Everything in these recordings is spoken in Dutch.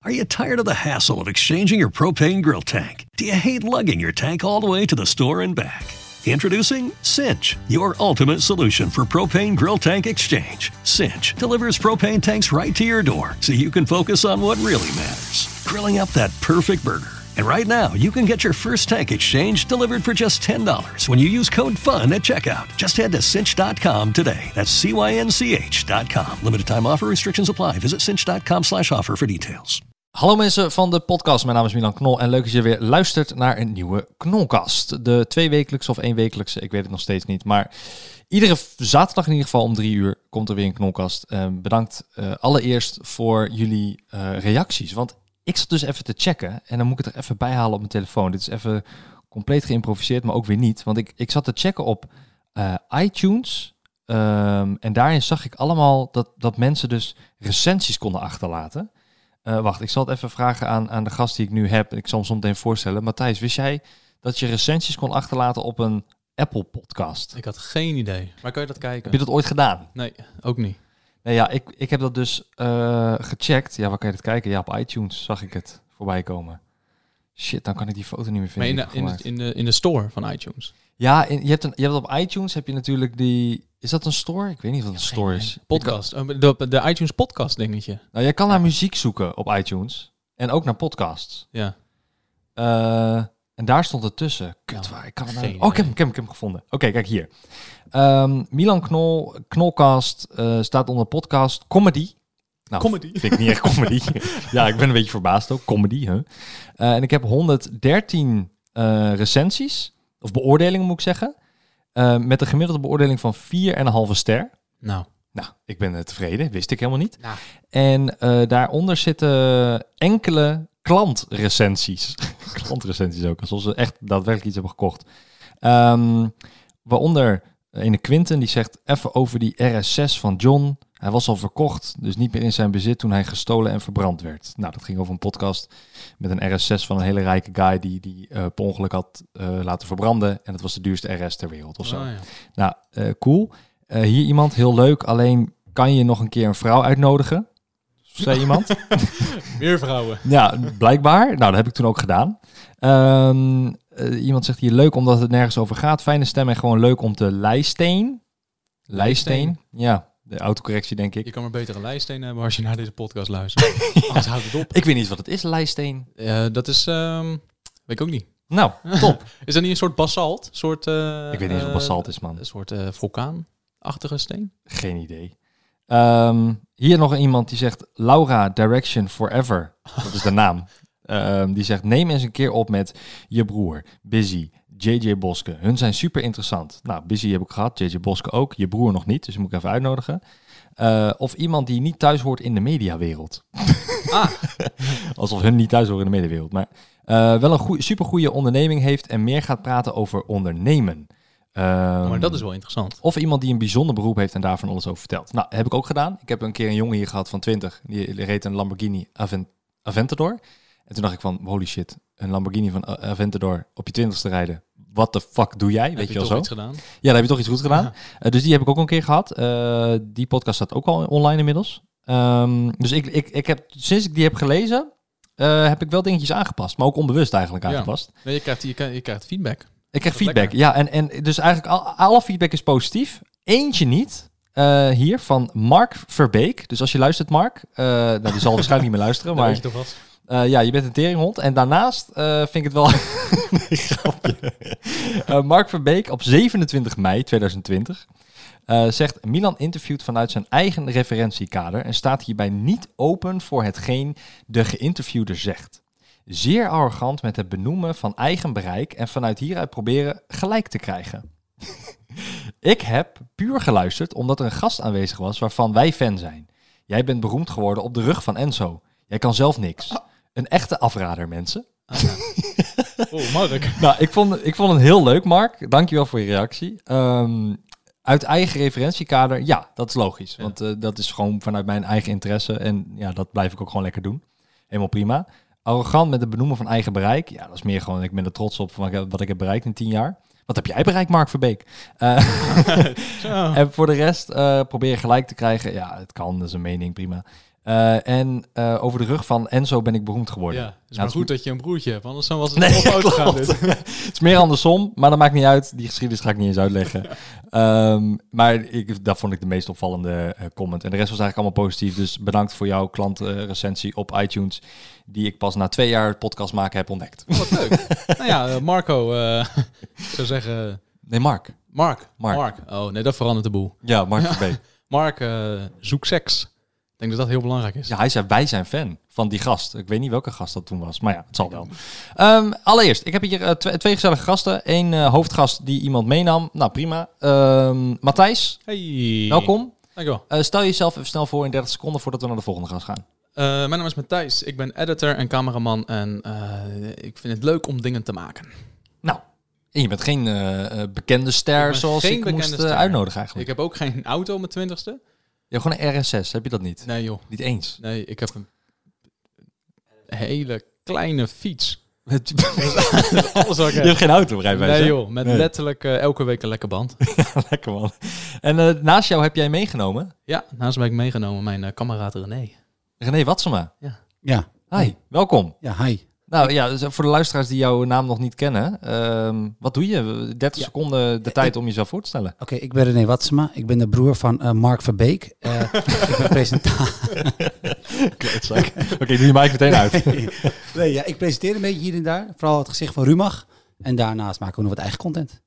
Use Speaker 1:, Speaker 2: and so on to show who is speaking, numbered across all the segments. Speaker 1: Are you tired of the hassle of exchanging your propane grill tank? Do you hate lugging your tank all the way to the store and back? Introducing Cinch, your ultimate solution for propane grill tank exchange. Cinch delivers propane tanks right to your door so you can focus on what really matters grilling up that perfect burger. And right now, you can get your first tank exchange delivered for just $10 when you use code FUN at checkout. Just head to cinch.com today. That's C-Y-N-C-H.com. Limited time offer restrictions apply. Visit cinch.com slash offer for details.
Speaker 2: Hallo mensen van de podcast, mijn naam is Milan Knol en leuk dat je weer luistert naar een nieuwe Knolkast. De tweewekelijkse of eenwekelijkse, ik weet het nog steeds niet, maar iedere v- zaterdag in ieder geval om drie uur komt er weer een Knolkast. Eh, bedankt eh, allereerst voor jullie eh, reacties, want ik zat dus even te checken en dan moet ik het er even bij halen op mijn telefoon. Dit is even compleet geïmproviseerd, maar ook weer niet, want ik, ik zat te checken op eh, iTunes ehm, en daarin zag ik allemaal dat, dat mensen dus recensies konden achterlaten. Eh, wacht, ik zal het even vragen aan, aan de gast die ik nu heb. Ik zal hem zo meteen voorstellen. Matthijs, wist jij dat je recensies kon achterlaten op een Apple podcast?
Speaker 3: Ik had geen idee. Maar kan je dat kijken?
Speaker 2: Heb je dat ooit gedaan?
Speaker 3: Nee, ook niet.
Speaker 2: Nee, ja, ik, ik heb dat dus eh, gecheckt. Ja, waar kan je dat kijken? Ja, op iTunes zag ik het voorbij komen. Shit, dan kan ik die foto niet meer vinden.
Speaker 3: maar in
Speaker 2: die
Speaker 3: de,
Speaker 2: ik
Speaker 3: in,
Speaker 2: heb
Speaker 3: de,
Speaker 2: gemaakt.
Speaker 3: in, de, in de store van iTunes.
Speaker 2: Ja, in- je, hebt een, je hebt op iTunes heb je natuurlijk die... Is dat een store? Ik weet niet wat een store is.
Speaker 3: Podcast. Eh, De, de iTunes podcast dingetje.
Speaker 2: Nou, je kan naar muziek zoeken op iTunes. En ook naar podcasts.
Speaker 3: Ja.
Speaker 2: Eh, en daar stond het tussen. Kut,
Speaker 3: Ja,
Speaker 2: waar? Ik kan het
Speaker 3: geen
Speaker 2: nou... Oh, ik heb, hem, ik heb hem, ik heb hem gevonden. Oké, kijk hier. Ehm, Milan Knol, Knolcast, eh, staat onder podcast Comedy. Nou,
Speaker 3: Comedy.
Speaker 2: Vind ik niet echt comedy. ja, ik ben een beetje verbaasd ook. Comedy, hè? Eh, en ik heb 113 eh, recensies, of beoordelingen moet ik zeggen. eh, met een gemiddelde beoordeling van 4,5 ster.
Speaker 3: Nou.
Speaker 2: Nou, ik ben eh, tevreden. Wist ik helemaal niet.
Speaker 3: Nou.
Speaker 2: En eh, daaronder zitten enkele klantrecensies. klantrecensies ook, alsof ze echt daadwerkelijk iets hebben gekocht. Ehm, waaronder eh, ene Quinten, die zegt even over die RS6 van John. Hij was al verkocht, dus niet meer in zijn bezit toen hij gestolen en verbrand werd. Nou, dat ging over een podcast met een RS6 van een hele rijke guy die die eh, per ongeluk had eh, laten verbranden. En dat was de duurste RS ter wereld of zo.
Speaker 3: Ah, ja.
Speaker 2: Nou, eh, cool. Eh, hier iemand, heel leuk. Alleen kan je nog een keer een vrouw uitnodigen? Zei iemand.
Speaker 3: Meer vrouwen.
Speaker 2: ja, blijkbaar. Nou, dat heb ik toen ook gedaan. Ehm, eh, iemand zegt hier leuk omdat het nergens over gaat. Fijne stem en gewoon leuk om te lijsteen. Lijsteen? Ja, de autocorrectie denk
Speaker 3: Je
Speaker 2: ik.
Speaker 3: kan maar betere lijsteen hebben als je naar deze podcast luistert. Anders houdt het op.
Speaker 2: Ik weet niet eens wat het is, lijsteen.
Speaker 3: Eh, dat is... ehm, weet ik ook niet.
Speaker 2: Nou, top.
Speaker 3: Is dat niet een soort basalt? soort, eh,
Speaker 2: ik weet niet eens wat
Speaker 3: eh,
Speaker 2: basalt is, man.
Speaker 3: Een soort eh, vulkaanachtige steen?
Speaker 2: Geen idee. Ehm, hier nog iemand die zegt Laura Direction Forever. Dat is de naam. Ehm, die zegt neem eens een keer op met je broer, Busy, JJ Boske. Hun zijn super interessant. Nou, Busy heb ik gehad, JJ Boske ook. Je broer nog niet, dus die moet ik even uitnodigen. Eh, of iemand die niet thuis hoort in de mediawereld.
Speaker 3: Ah.
Speaker 2: Alsof hun niet thuis horen in de mediawereld. Maar eh, wel een goe- supergoeie onderneming heeft en meer gaat praten over ondernemen. Ehm,
Speaker 3: maar dat is wel interessant.
Speaker 2: of iemand die een bijzonder beroep heeft en daarvan alles over vertelt. Nou, heb ik ook gedaan. Ik heb een keer een jongen hier gehad van 20. Die reed een Lamborghini Aven- Aventador. En toen dacht ik van, holy shit, een Lamborghini van A- Aventador op je twintigste rijden. What the fuck doe jij? Weet
Speaker 3: Heb
Speaker 2: je
Speaker 3: je,
Speaker 2: wel
Speaker 3: toch
Speaker 2: zo?
Speaker 3: iets gedaan?
Speaker 2: Ja, daar heb je toch iets goed gedaan. Eh, dus die heb ik ook al een keer gehad. Eh, die podcast staat ook al online inmiddels. Ehm, dus ik, ik, ik heb, sinds ik die heb gelezen, eh, heb ik wel dingetjes aangepast. Maar ook onbewust eigenlijk
Speaker 3: Ja.
Speaker 2: aangepast.
Speaker 3: Nee, je krijgt, je, krijgt- je krijgt feedback.
Speaker 2: Ik krijg
Speaker 3: Dat is
Speaker 2: feedback. Ja, en, en dus eigenlijk al, alle feedback is positief. Eentje niet. eh, hier van Mark Verbeek. Dus als je luistert, Mark, eh nou, die zal waarschijnlijk niet meer luisteren,
Speaker 3: Daar
Speaker 2: maar
Speaker 3: weet je toch wat?
Speaker 2: eh, ja, je bent een teringhond. En daarnaast eh, vind ik het wel. Nee, grapje. Eh, Mark Verbeek op 27 mei 2020 eh, zegt: Milan interviewt vanuit zijn eigen referentiekader en staat hierbij niet open voor hetgeen de geïnterviewde zegt. Zeer arrogant met het benoemen van eigen bereik en vanuit hieruit proberen gelijk te krijgen. Ik heb puur geluisterd omdat er een gast aanwezig was waarvan wij fan zijn. Jij bent beroemd geworden op de rug van Enzo. Jij kan zelf niks. Een echte afrader, mensen.
Speaker 3: Oh, Mark.
Speaker 2: Nou, ik vond, ik vond het heel leuk, Mark. Dankjewel voor je reactie. Ehm, uit eigen referentiekader, ja, dat is logisch. Want eh, dat is gewoon vanuit mijn eigen interesse. En ja, dat blijf ik ook gewoon lekker doen. Helemaal prima. Arrogant met het benoemen van eigen bereik. Ja, dat is meer gewoon, ik ben er trots op van wat ik- wat ik heb bereikt in tien jaar. Wat heb jij bereikt, Mark Verbeek? Eh,
Speaker 3: Zo.
Speaker 2: en voor de rest eh probeer gelijk te krijgen. Ja, het kan, dat is een mening, prima. Eh, en eh, over de rug van Enzo ben ik beroemd geworden.
Speaker 3: Ja, het
Speaker 2: Nou,
Speaker 3: is maar
Speaker 2: het is-
Speaker 3: goed dat je een broertje hebt, anders dan was het
Speaker 2: Nee,
Speaker 3: nee, fout gegaan.
Speaker 2: klopt.
Speaker 3: dit.
Speaker 2: Het is meer andersom, maar dat maakt niet uit. Die geschiedenis ga ik niet eens uitleggen. Ehm, maar ik, dat vond ik de meest opvallende eh, comment. En de rest was eigenlijk allemaal positief. Dus bedankt voor jouw klantrecensie eh, op iTunes. Die ik pas na twee jaar het podcast maken heb ontdekt.
Speaker 3: Wat leuk. nou ja, eh, Marco, eh, ik zou zeggen...
Speaker 2: Nee, Mark.
Speaker 3: Mark.
Speaker 2: Mark.
Speaker 3: Oh, nee, dat verandert de boel.
Speaker 2: Ja, Mark van B.
Speaker 3: Mark, eh, zoek seks. Ik denk dat dat heel belangrijk is.
Speaker 2: Ja, hij zei, wij zijn fan van die gast. Ik weet niet welke gast dat toen was, maar ja, het zal wel. Ehm, allereerst, ik heb hier eh, tw- twee gezellige gasten. Eén eh, hoofdgast die iemand meenam. Nou, prima. Ehm, Matthijs,
Speaker 3: Hey.
Speaker 2: welkom.
Speaker 3: Dankjewel.
Speaker 2: Eh, stel jezelf even snel voor in 30 seconden voordat we naar de volgende gast gaan.
Speaker 3: Eh, mijn naam is Matthijs, ik ben editor en cameraman en eh, ik vind het leuk om dingen te maken.
Speaker 2: Nou, en je bent geen eh, eh, bekende
Speaker 3: Ik
Speaker 2: ster
Speaker 3: ben
Speaker 2: zoals
Speaker 3: geen
Speaker 2: ik
Speaker 3: bekende
Speaker 2: moest eh,
Speaker 3: ster.
Speaker 2: uitnodigen eigenlijk.
Speaker 3: Ik heb ook geen auto op mijn twintigste.
Speaker 2: Je hebt gewoon een RSS, heb je dat niet?
Speaker 3: Nee joh,
Speaker 2: Niet eens.
Speaker 3: nee, ik heb een hele kleine fiets.
Speaker 2: je
Speaker 3: Alles wat ik heb.
Speaker 2: hebt geen auto, rijbewijs.
Speaker 3: Nee
Speaker 2: hè?
Speaker 3: joh, met
Speaker 2: Nee.
Speaker 3: letterlijk eh, elke week een lekker band.
Speaker 2: Lekker man. En eh, naast jou heb jij meegenomen
Speaker 3: ja, naast mij heb ik meegenomen mijn eh kameraad René.
Speaker 2: René Watsema.
Speaker 4: Ja,
Speaker 2: Hi, welkom.
Speaker 4: ja, hi.
Speaker 2: Nou ja, dus voor de luisteraars die jouw naam nog niet kennen, ehm, wat doe je? 30
Speaker 4: Ja.
Speaker 2: seconden de
Speaker 3: Eh,
Speaker 2: tijd om jezelf voor te stellen.
Speaker 4: Oké, ik ben René Watsema. Ik ben de broer van eh, Mark Verbeek. Eh, ik ben presentator.
Speaker 2: Oké, doe je mic meteen uit.
Speaker 4: Nee, ja, ik presenteer een beetje hier en daar. Vooral het gezicht van Rumach. En daarnaast maken we nog wat eigen content.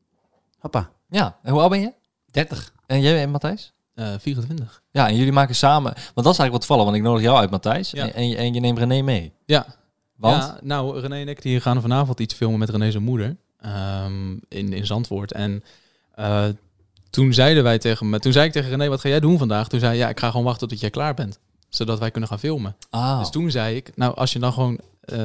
Speaker 4: Hoppa. Oh,
Speaker 2: Ja, en hoe oud ben je?
Speaker 4: 30.
Speaker 2: En jij en Matthijs?
Speaker 3: Eh 24.
Speaker 2: Ja, en jullie maken samen, want dat is eigenlijk wat vallen, want ik nodig jou uit Matthijs
Speaker 3: Ja.
Speaker 2: en, en, je- en je neemt René mee.
Speaker 3: Ja,
Speaker 2: Want,
Speaker 3: Ja, nou, René en ik die gaan vanavond iets filmen met René zijn moeder ehm, in, in Zandvoort. En eh, toen zeiden wij tegen me, toen zei ik tegen René, wat ga jij doen vandaag? Toen zei hij, ja, ik ga gewoon wachten tot jij klaar bent, zodat wij kunnen gaan filmen.
Speaker 2: ah,
Speaker 3: Dus toen zei ik, nou, als je dan gewoon, eh,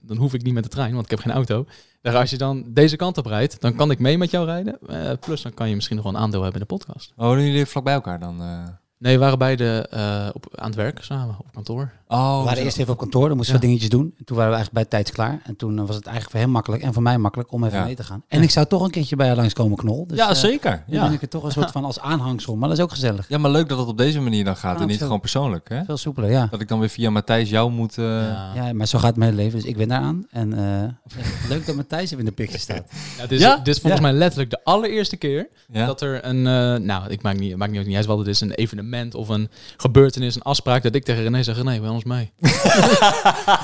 Speaker 3: dan hoef ik niet met de trein, want ik heb geen auto. Maar als je dan deze kant op rijdt, dan kan ik mee met jou rijden. Eh, plus dan kan je misschien nog wel een aandeel hebben in de podcast.
Speaker 2: oh, doen jullie vlak bij elkaar dan? eh?
Speaker 3: Nee, we waren beide eh, op, aan het werk samen, op kantoor.
Speaker 4: We
Speaker 2: Oh,
Speaker 4: waren
Speaker 2: zo.
Speaker 4: eerst even op kantoor, dan moesten we
Speaker 3: Ja.
Speaker 4: wat dingetjes doen. En toen waren we eigenlijk bij tijds klaar. En toen eh, was het eigenlijk voor hem makkelijk en voor mij makkelijk om even
Speaker 2: Ja.
Speaker 4: mee te gaan. En ik zou toch een keertje bij jou langskomen, Knol. Dus,
Speaker 2: ja,
Speaker 4: eh,
Speaker 2: zeker.
Speaker 4: Nu ben
Speaker 2: Ja.
Speaker 4: ik er toch een soort van als aanhangsel, maar dat is ook gezellig.
Speaker 2: ja, maar leuk dat het op deze manier dan gaat
Speaker 4: Ah,
Speaker 2: en niet
Speaker 4: zo.
Speaker 2: gewoon persoonlijk, hè?
Speaker 4: Veel soepeler, ja.
Speaker 2: Dat ik dan weer via Matthijs jou moet... eh,
Speaker 3: ja.
Speaker 4: Ja, maar zo gaat mijn hele leven, dus ik ben daaraan. En eh, leuk dat Matthijs even in de picture staat.
Speaker 3: Ja, dit, is,
Speaker 2: Ja?
Speaker 3: dit is volgens
Speaker 4: Ja.
Speaker 3: mij letterlijk de allereerste keer
Speaker 2: ja?
Speaker 3: Dat er een, eh, nou, ik maak niet, maak niet, niet uit wat het is, een evenement of een gebeurtenis, een afspraak, dat ik tegen René zeg, nee, bij ons mee.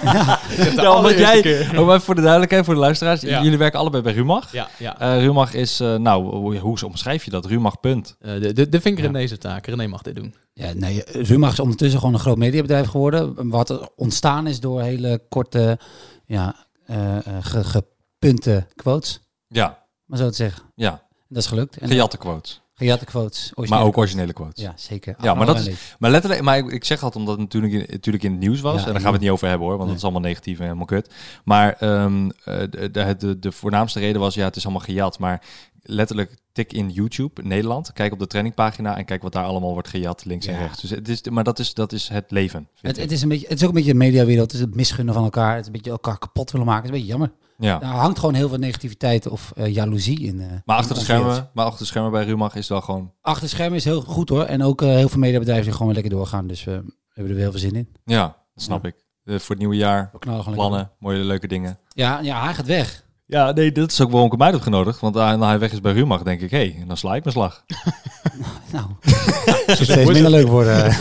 Speaker 2: Ja, omdat
Speaker 3: allereerste
Speaker 2: jij, oh, maar voor de duidelijkheid, voor de luisteraars,
Speaker 3: Ja.
Speaker 2: jullie werken allebei bij Rumach.
Speaker 3: Ja, ja.
Speaker 2: Eh, Rumach is, eh, nou, hoe, hoe omschrijf je dat? Rumach punt.
Speaker 3: Eh, dit- dit dit vind ik René zijn taak. René mag dit doen.
Speaker 4: Ja, nee, Rumach is ondertussen gewoon een groot mediabedrijf geworden. Wat er ontstaan is door hele korte, ja, eh, eh, ge- gepunte quotes,
Speaker 2: Ja,
Speaker 4: maar zo te zeggen.
Speaker 2: ja.
Speaker 4: En Dat is gelukt. En
Speaker 2: Gejatte quotes,
Speaker 4: gejatte quotes.
Speaker 2: maar
Speaker 4: originele
Speaker 2: ook originele quotes.
Speaker 4: Ja, zeker.
Speaker 2: Ja, maar
Speaker 4: Allemaal
Speaker 2: dat is-
Speaker 4: leuk.
Speaker 2: Maar letterlijk, maar ik, ik zeg dat omdat het natuurlijk, in- natuurlijk in het nieuws was.
Speaker 4: Ja,
Speaker 2: en daar
Speaker 4: en-
Speaker 2: gaan we het niet over hebben hoor, want dat
Speaker 4: Nee.
Speaker 2: is allemaal negatief en helemaal kut. Maar ehm, eh, de, de, de, de voornaamste reden was, ja, het is allemaal gejat. Maar letterlijk, tik in YouTube, Nederland. Kijk op de trainingpagina en kijk wat daar allemaal wordt gejat, links en
Speaker 4: Ja.
Speaker 2: rechts. Dus het is, maar dat is, dat is het leven, vind
Speaker 4: Het,
Speaker 2: ik.
Speaker 4: het, is een beetje, het is ook een beetje de mediawereld. Het is het misgunnen van elkaar. Het is een beetje elkaar kapot willen maken. Het is een beetje jammer.
Speaker 2: ja.
Speaker 4: Daar hangt gewoon heel veel negativiteit of eh, jaloezie in. eh,
Speaker 2: Maar
Speaker 4: in
Speaker 2: achter de
Speaker 4: ons wereld.
Speaker 2: schermen, maar achter de schermen bij Rumach is het wel gewoon.
Speaker 4: Achter de schermen is heel goed hoor. En ook eh, heel veel mediabedrijven die gewoon weer lekker doorgaan. Dus eh, we hebben er weer heel veel zin in.
Speaker 2: Ja, dat snap ik. Eh, voor het nieuwe jaar,
Speaker 4: We knallen gewoon lekker.
Speaker 2: plannen, mooie leuke dingen.
Speaker 4: Ja, ja, hij gaat weg.
Speaker 2: Ja, nee, dat is ook waarom ik hem uit heb genodigd. Want aan hij weg is bij Rumach, denk ik, hé, hey, dan sla ik mijn slag.
Speaker 4: Nou, het is steeds minder leuk worden.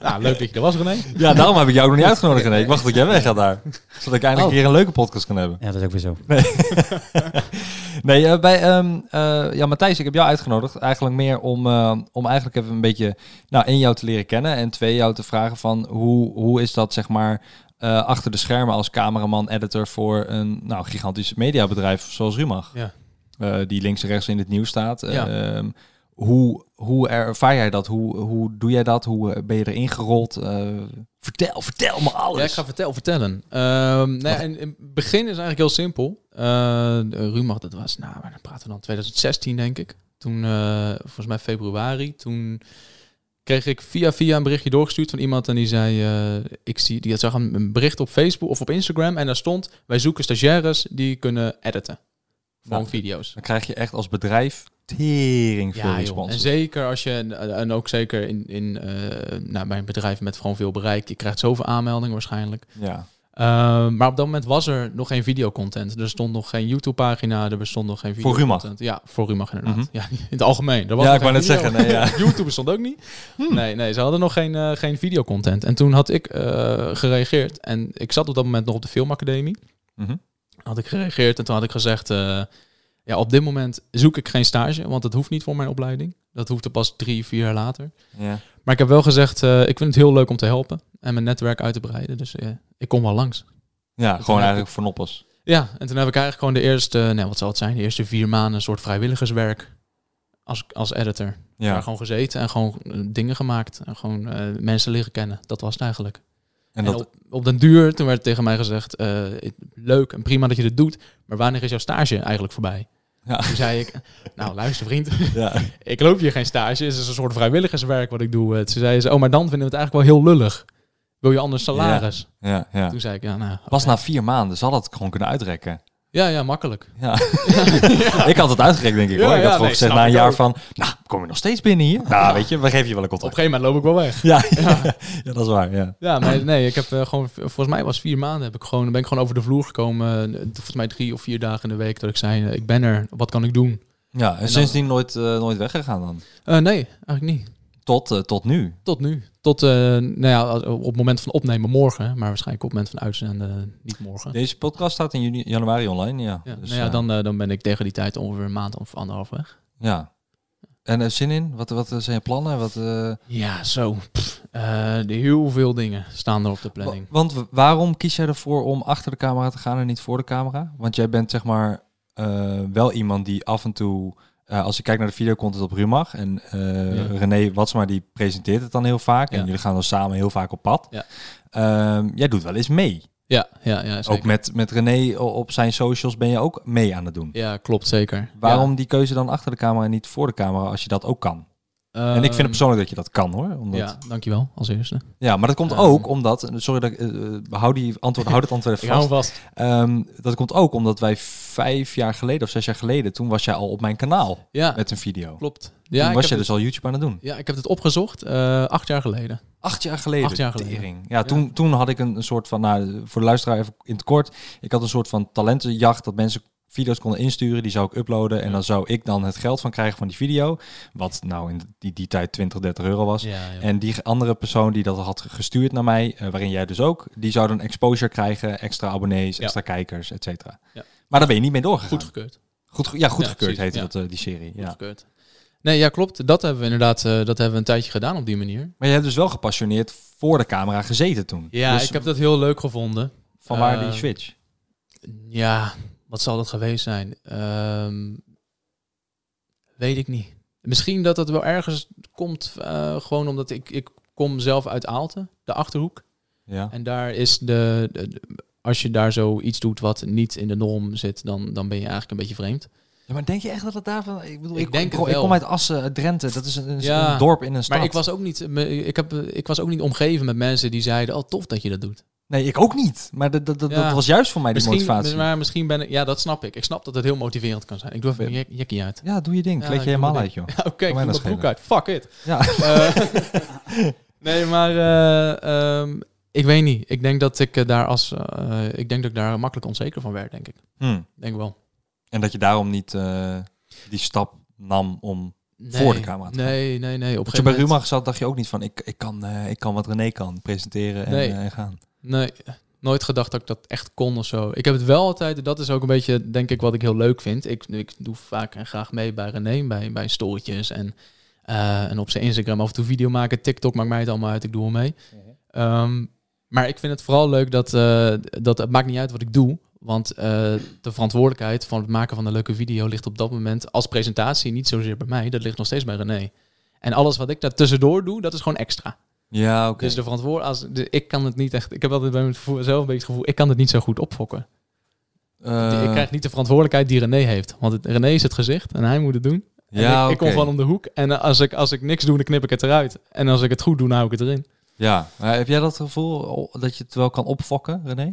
Speaker 3: Nou, leuk dat je er was, René.
Speaker 2: Ja, daarom heb ik jou nog niet uitgenodigd. Nee, ik wacht tot jij weg gaat daar. Zodat ik eindelijk
Speaker 4: Oh.
Speaker 2: een keer een leuke podcast kan hebben.
Speaker 4: Ja, dat is ook weer zo.
Speaker 2: Nee, eh, bij, ehm, eh, ja, Matthijs, ik heb jou uitgenodigd eigenlijk meer om, eh, om eigenlijk even een beetje, nou, één, jou te leren kennen en twee, jou te vragen van hoe, hoe is dat, zeg maar, eh, achter de schermen als cameraman, editor voor een, nou, gigantisch mediabedrijf zoals Rumach,
Speaker 3: Ja.
Speaker 2: Eh, die links en rechts in het nieuws staat.
Speaker 3: Ja.
Speaker 2: Ehm, hoe, hoe ervaar jij dat? Hoe, hoe doe jij dat? Hoe eh, ben je erin gerold? Eh, vertel, vertel me alles.
Speaker 3: Ja, ik ga vertel, vertellen. Ehm nee, en in het begin is eigenlijk heel simpel. Eh Rumach, dat was, nou, waar praten we dan? 2016, denk ik. Toen, eh, volgens mij februari, toen kreeg ik via via een berichtje doorgestuurd van iemand en die zei, eh, ik zie, die zag een, een bericht op Facebook of op Instagram en daar stond, wij zoeken stagiaires die kunnen editen. Gewoon
Speaker 2: Nou,
Speaker 3: video's.
Speaker 2: Dan krijg je echt als bedrijf tering veel
Speaker 3: Ja, joh. En
Speaker 2: respons.
Speaker 3: zeker als je, en- en ook zeker in, in, eh, nou, bij een bedrijf met gewoon veel bereik, je krijgt zoveel aanmeldingen waarschijnlijk.
Speaker 2: Ja.
Speaker 3: Ehm, maar op dat moment was er nog geen videocontent. Er stond nog geen YouTube-pagina, er bestond nog geen
Speaker 2: Voor
Speaker 3: videocontent. Ja, voor Rumach inderdaad.
Speaker 2: Mhm.
Speaker 3: ja, in het algemeen. Er was
Speaker 2: Ja,
Speaker 3: nog
Speaker 2: ik wou
Speaker 3: geen
Speaker 2: net
Speaker 3: video.
Speaker 2: zeggen, nee, ja. Hmm.
Speaker 3: YouTube bestond ook niet. Nee, nee, ze hadden nog geen, eh, geen videocontent. En toen had ik eh, gereageerd. En ik zat op dat moment nog op de Filmacademie.
Speaker 2: Mhm.
Speaker 3: Had ik gereageerd en toen had ik gezegd... eh, ja, op dit moment zoek ik geen stage, want dat hoeft niet voor mijn opleiding. Dat hoeft er pas drie, vier jaar later.
Speaker 2: Ja.
Speaker 3: Maar ik heb wel gezegd, eh, ik vind het heel leuk om te helpen en mijn netwerk uit te breiden. Dus eh, ik kom wel langs.
Speaker 2: ja,
Speaker 3: heb
Speaker 2: gewoon eigenlijk voor noppers.
Speaker 3: Ja, en toen heb ik eigenlijk gewoon de eerste, nee, wat zal het zijn, de eerste vier maanden een soort vrijwilligerswerk als, als editor. Daar
Speaker 2: Ja.
Speaker 3: gewoon gezeten en gewoon eh, dingen gemaakt en gewoon eh, mensen leren kennen. Dat was het eigenlijk.
Speaker 2: En
Speaker 3: En
Speaker 2: dat,
Speaker 3: op, op den duur, toen werd tegen mij gezegd, eh, leuk en prima dat je dit doet, maar wanneer is jouw stage eigenlijk voorbij?
Speaker 2: Ja.
Speaker 3: Toen zei ik, nou luister vriend,
Speaker 2: ja.
Speaker 3: ik loop hier geen stage. Het is een soort vrijwilligerswerk wat ik doe. Eh, Toen zeiden ze, oh, maar dan vinden we het eigenlijk wel heel lullig. Wil je anders salaris?
Speaker 2: Ja, ja.
Speaker 3: Toen zei ik, ja, nou...
Speaker 2: Pas
Speaker 3: oké.
Speaker 2: na vier maanden zal dat gewoon kunnen uitrekken.
Speaker 3: Ja, ja, makkelijk.
Speaker 2: Ja. ik had het uitgerekt, denk ik.
Speaker 3: Ja,
Speaker 2: hoor. Ik
Speaker 3: ja,
Speaker 2: had gewoon
Speaker 3: nee,
Speaker 2: gezegd
Speaker 3: snap
Speaker 2: na een
Speaker 3: ik
Speaker 2: jaar
Speaker 3: ook.
Speaker 2: van... Nou, kom je nog steeds binnen hier? Nou, weet je, we geven je wel een
Speaker 3: Op een
Speaker 2: contract.
Speaker 3: gegeven moment loop ik wel weg.
Speaker 2: Ja, ja. ja, dat is waar, ja.
Speaker 3: Ja, maar nee, ik heb eh, gewoon... Volgens mij was vier maanden heb ik gewoon, ben ik gewoon over de vloer gekomen. Eh, Volgens mij drie of vier dagen in de week dat ik zei, eh, ik ben er. Wat kan ik doen?
Speaker 2: Ja, en,
Speaker 3: dan-
Speaker 2: sindsdien nooit, eh, nooit weggegaan dan.
Speaker 3: Eh, nee, eigenlijk niet.
Speaker 2: Tot, eh, tot nu.
Speaker 3: Tot nu. Tot, eh, nou ja, als- op het moment van opnemen morgen. Maar waarschijnlijk op het moment van uitzenden eh, niet morgen.
Speaker 2: Deze podcast staat in juni, januari online, ja.
Speaker 3: Ja,
Speaker 2: Dus,
Speaker 3: nou ja,
Speaker 2: eh,
Speaker 3: dan, eh, dan ben ik tegen die tijd ongeveer een maand of anderhalf weg.
Speaker 2: Ja. En er zin in? Wat, wat eh, zijn je plannen? Wat, eh,
Speaker 3: Ja, zo. Pff, eh, de heel veel dingen staan er op de planning.
Speaker 2: wa- want wa- waarom kies jij ervoor om achter de camera te gaan en niet voor de camera? Want jij bent zeg maar eh, wel iemand die af en toe, eh, als je kijkt naar de videocontent op Rumach en eh
Speaker 3: Ja.
Speaker 2: René Watsma die presenteert het dan heel vaak en
Speaker 3: Ja.
Speaker 2: jullie gaan dan samen heel vaak op pad.
Speaker 3: Ja.
Speaker 2: Ehm, jij doet wel eens mee.
Speaker 3: Ja, ja, ja, zeker.
Speaker 2: Ook met, met René o- op zijn socials ben je ook mee aan het doen.
Speaker 3: ja klopt zeker.
Speaker 2: Waarom die keuze dan achter de camera en niet voor de camera als je dat ook kan?
Speaker 3: Ja,
Speaker 2: en ik vind
Speaker 3: ehm,
Speaker 2: het persoonlijk dat je dat kan hoor. Omdat,
Speaker 3: Ja, dankjewel als eerste.
Speaker 2: Ja, maar dat komt
Speaker 3: Ehm.
Speaker 2: ook omdat. Sorry dat ik. eh, eh, hou, die antwoord, hou dit antwoord even vast.
Speaker 3: vast.
Speaker 2: Ehm, dat komt ook omdat wij vijf jaar geleden of zes jaar geleden. toen was jij al op mijn kanaal
Speaker 3: Ja,
Speaker 2: met een video.
Speaker 3: klopt. Ja,
Speaker 2: toen was
Speaker 3: ik heb
Speaker 2: jij
Speaker 3: het-
Speaker 2: dus al YouTube aan het doen.
Speaker 3: ja, ik heb het opgezocht eh, acht jaar geleden.
Speaker 2: Acht jaar geleden.
Speaker 3: Acht jaar geleden.
Speaker 2: tering. Ja, toen, toen had ik een, een soort van. Nou, voor de luisteraar even in het kort. Ik had een soort van talentenjacht dat mensen. Video's konden insturen, die zou ik uploaden. En dan zou ik dan het geld van krijgen van die video. Wat nou in die, die tijd 20, 30 euro was.
Speaker 3: Ja, ja.
Speaker 2: En die andere persoon die dat had gestuurd naar mij, eh, waarin jij dus ook, die zou dan exposure krijgen, extra abonnees,
Speaker 3: Ja.
Speaker 2: extra kijkers, et cetera.
Speaker 3: Ja.
Speaker 2: Maar daar ben je niet mee doorgegaan.
Speaker 3: Goed gekeurd.
Speaker 2: Goed ge- ja, goedgekeurd
Speaker 3: Ja,
Speaker 2: heette
Speaker 3: precies,
Speaker 2: dat, eh, die serie.
Speaker 3: Goed
Speaker 2: Ja.
Speaker 3: gekeurd. Nee, ja, klopt. Dat hebben we inderdaad eh, dat hebben we een tijdje gedaan op die manier.
Speaker 2: Maar je hebt dus wel gepassioneerd voor de camera gezeten toen.
Speaker 3: Ja,
Speaker 2: dus
Speaker 3: ik heb dat heel leuk gevonden.
Speaker 2: vanwaar
Speaker 3: eh,
Speaker 2: die switch?
Speaker 3: Ja, wat zal dat geweest zijn? Ehm, weet ik niet. Misschien dat dat wel ergens komt, eh, gewoon omdat ik, ik kom zelf uit Aalten, de Achterhoek.
Speaker 2: Ja.
Speaker 3: En daar is de, de- de- als je daar zoiets doet wat niet in de norm zit, dan, dan ben je eigenlijk een beetje vreemd.
Speaker 2: ja, maar denk je echt dat het daarvan... Ik bedoel,
Speaker 3: Ik
Speaker 2: ik,
Speaker 3: denk
Speaker 2: ik,
Speaker 3: het
Speaker 2: ik
Speaker 3: wel.
Speaker 2: kom uit Assen, uit Drenthe. Dat is een, een-
Speaker 3: Ja.
Speaker 2: een dorp in een stad.
Speaker 3: Maar ik was, ook niet, me- ik, heb, ik was ook niet omgeven met mensen die zeiden, oh tof dat je dat doet.
Speaker 2: Nee, ik ook niet. Maar dat, dat, dat,
Speaker 3: Ja.
Speaker 2: dat was juist voor mij die
Speaker 3: Misschien,
Speaker 2: motivatie.
Speaker 3: maar misschien ben ik, ja dat snap ik. Ik snap dat het heel motiverend kan zijn. Ik doe even een jek- jekkie uit.
Speaker 2: Ja, doe je ding.
Speaker 3: Ja,
Speaker 2: Kleed
Speaker 3: ik
Speaker 2: je
Speaker 3: doe
Speaker 2: helemaal
Speaker 3: mijn
Speaker 2: uit, joh.
Speaker 3: Ja, oké, ik
Speaker 2: mij
Speaker 3: doe
Speaker 2: dat
Speaker 3: mijn broek
Speaker 2: schelen.
Speaker 3: uit. Fuck it.
Speaker 2: Ja.
Speaker 3: Eh, nee, maar eh, ehm, ik weet niet. Ik denk dat ik eh, daar als eh, ik denk dat ik daar makkelijk onzeker van werd, denk ik.
Speaker 2: Hm.
Speaker 3: Denk wel.
Speaker 2: En dat je daarom niet eh, die stap nam om...
Speaker 3: Nee,
Speaker 2: Voor de camera te gaan.
Speaker 3: Nee, nee, nee.
Speaker 2: Als
Speaker 3: Op een
Speaker 2: je bij
Speaker 3: gegeven moment-
Speaker 2: Rumach zat, dacht je ook niet van... ik, ik, kan, eh, ik kan wat René kan, presenteren en,
Speaker 3: Nee.
Speaker 2: eh, en gaan.
Speaker 3: Nee, nooit gedacht dat ik dat echt kon of zo. Ik heb het wel altijd, dat is ook een beetje, denk ik, wat ik heel leuk vind. Ik, ik doe vaak en graag mee bij René, bij, bij stoortjes en, eh, en op zijn Instagram af en toe video maken. TikTok maakt mij het allemaal uit, ik doe wel mee. Ehm, maar ik vind het vooral leuk dat, eh, dat het maakt niet uit wat ik doe. Want eh, de verantwoordelijkheid van het maken van een leuke video ligt op dat moment als presentatie niet zozeer bij mij. Dat ligt nog steeds bij René. En alles wat ik daar tussendoor doe, dat is gewoon extra.
Speaker 2: Ja, oké.
Speaker 3: Dus de verantwoord als de, ik kan het niet echt. Ik heb altijd bij mezelf een beetje het gevoel, ik kan het niet zo goed opfokken. Die-
Speaker 2: Eh,
Speaker 3: ik krijg niet de verantwoordelijkheid die René heeft. Want het, René is het gezicht en hij moet het doen. En
Speaker 2: ja,
Speaker 3: ik, ik kom
Speaker 2: oké.
Speaker 3: van om de hoek. En eh, als ik, als ik niks doe, dan knip ik het eruit. En als ik het goed doe, dan hou ik het erin.
Speaker 2: Ja, maar heb jij dat gevoel oh, dat je het wel kan opfokken, René?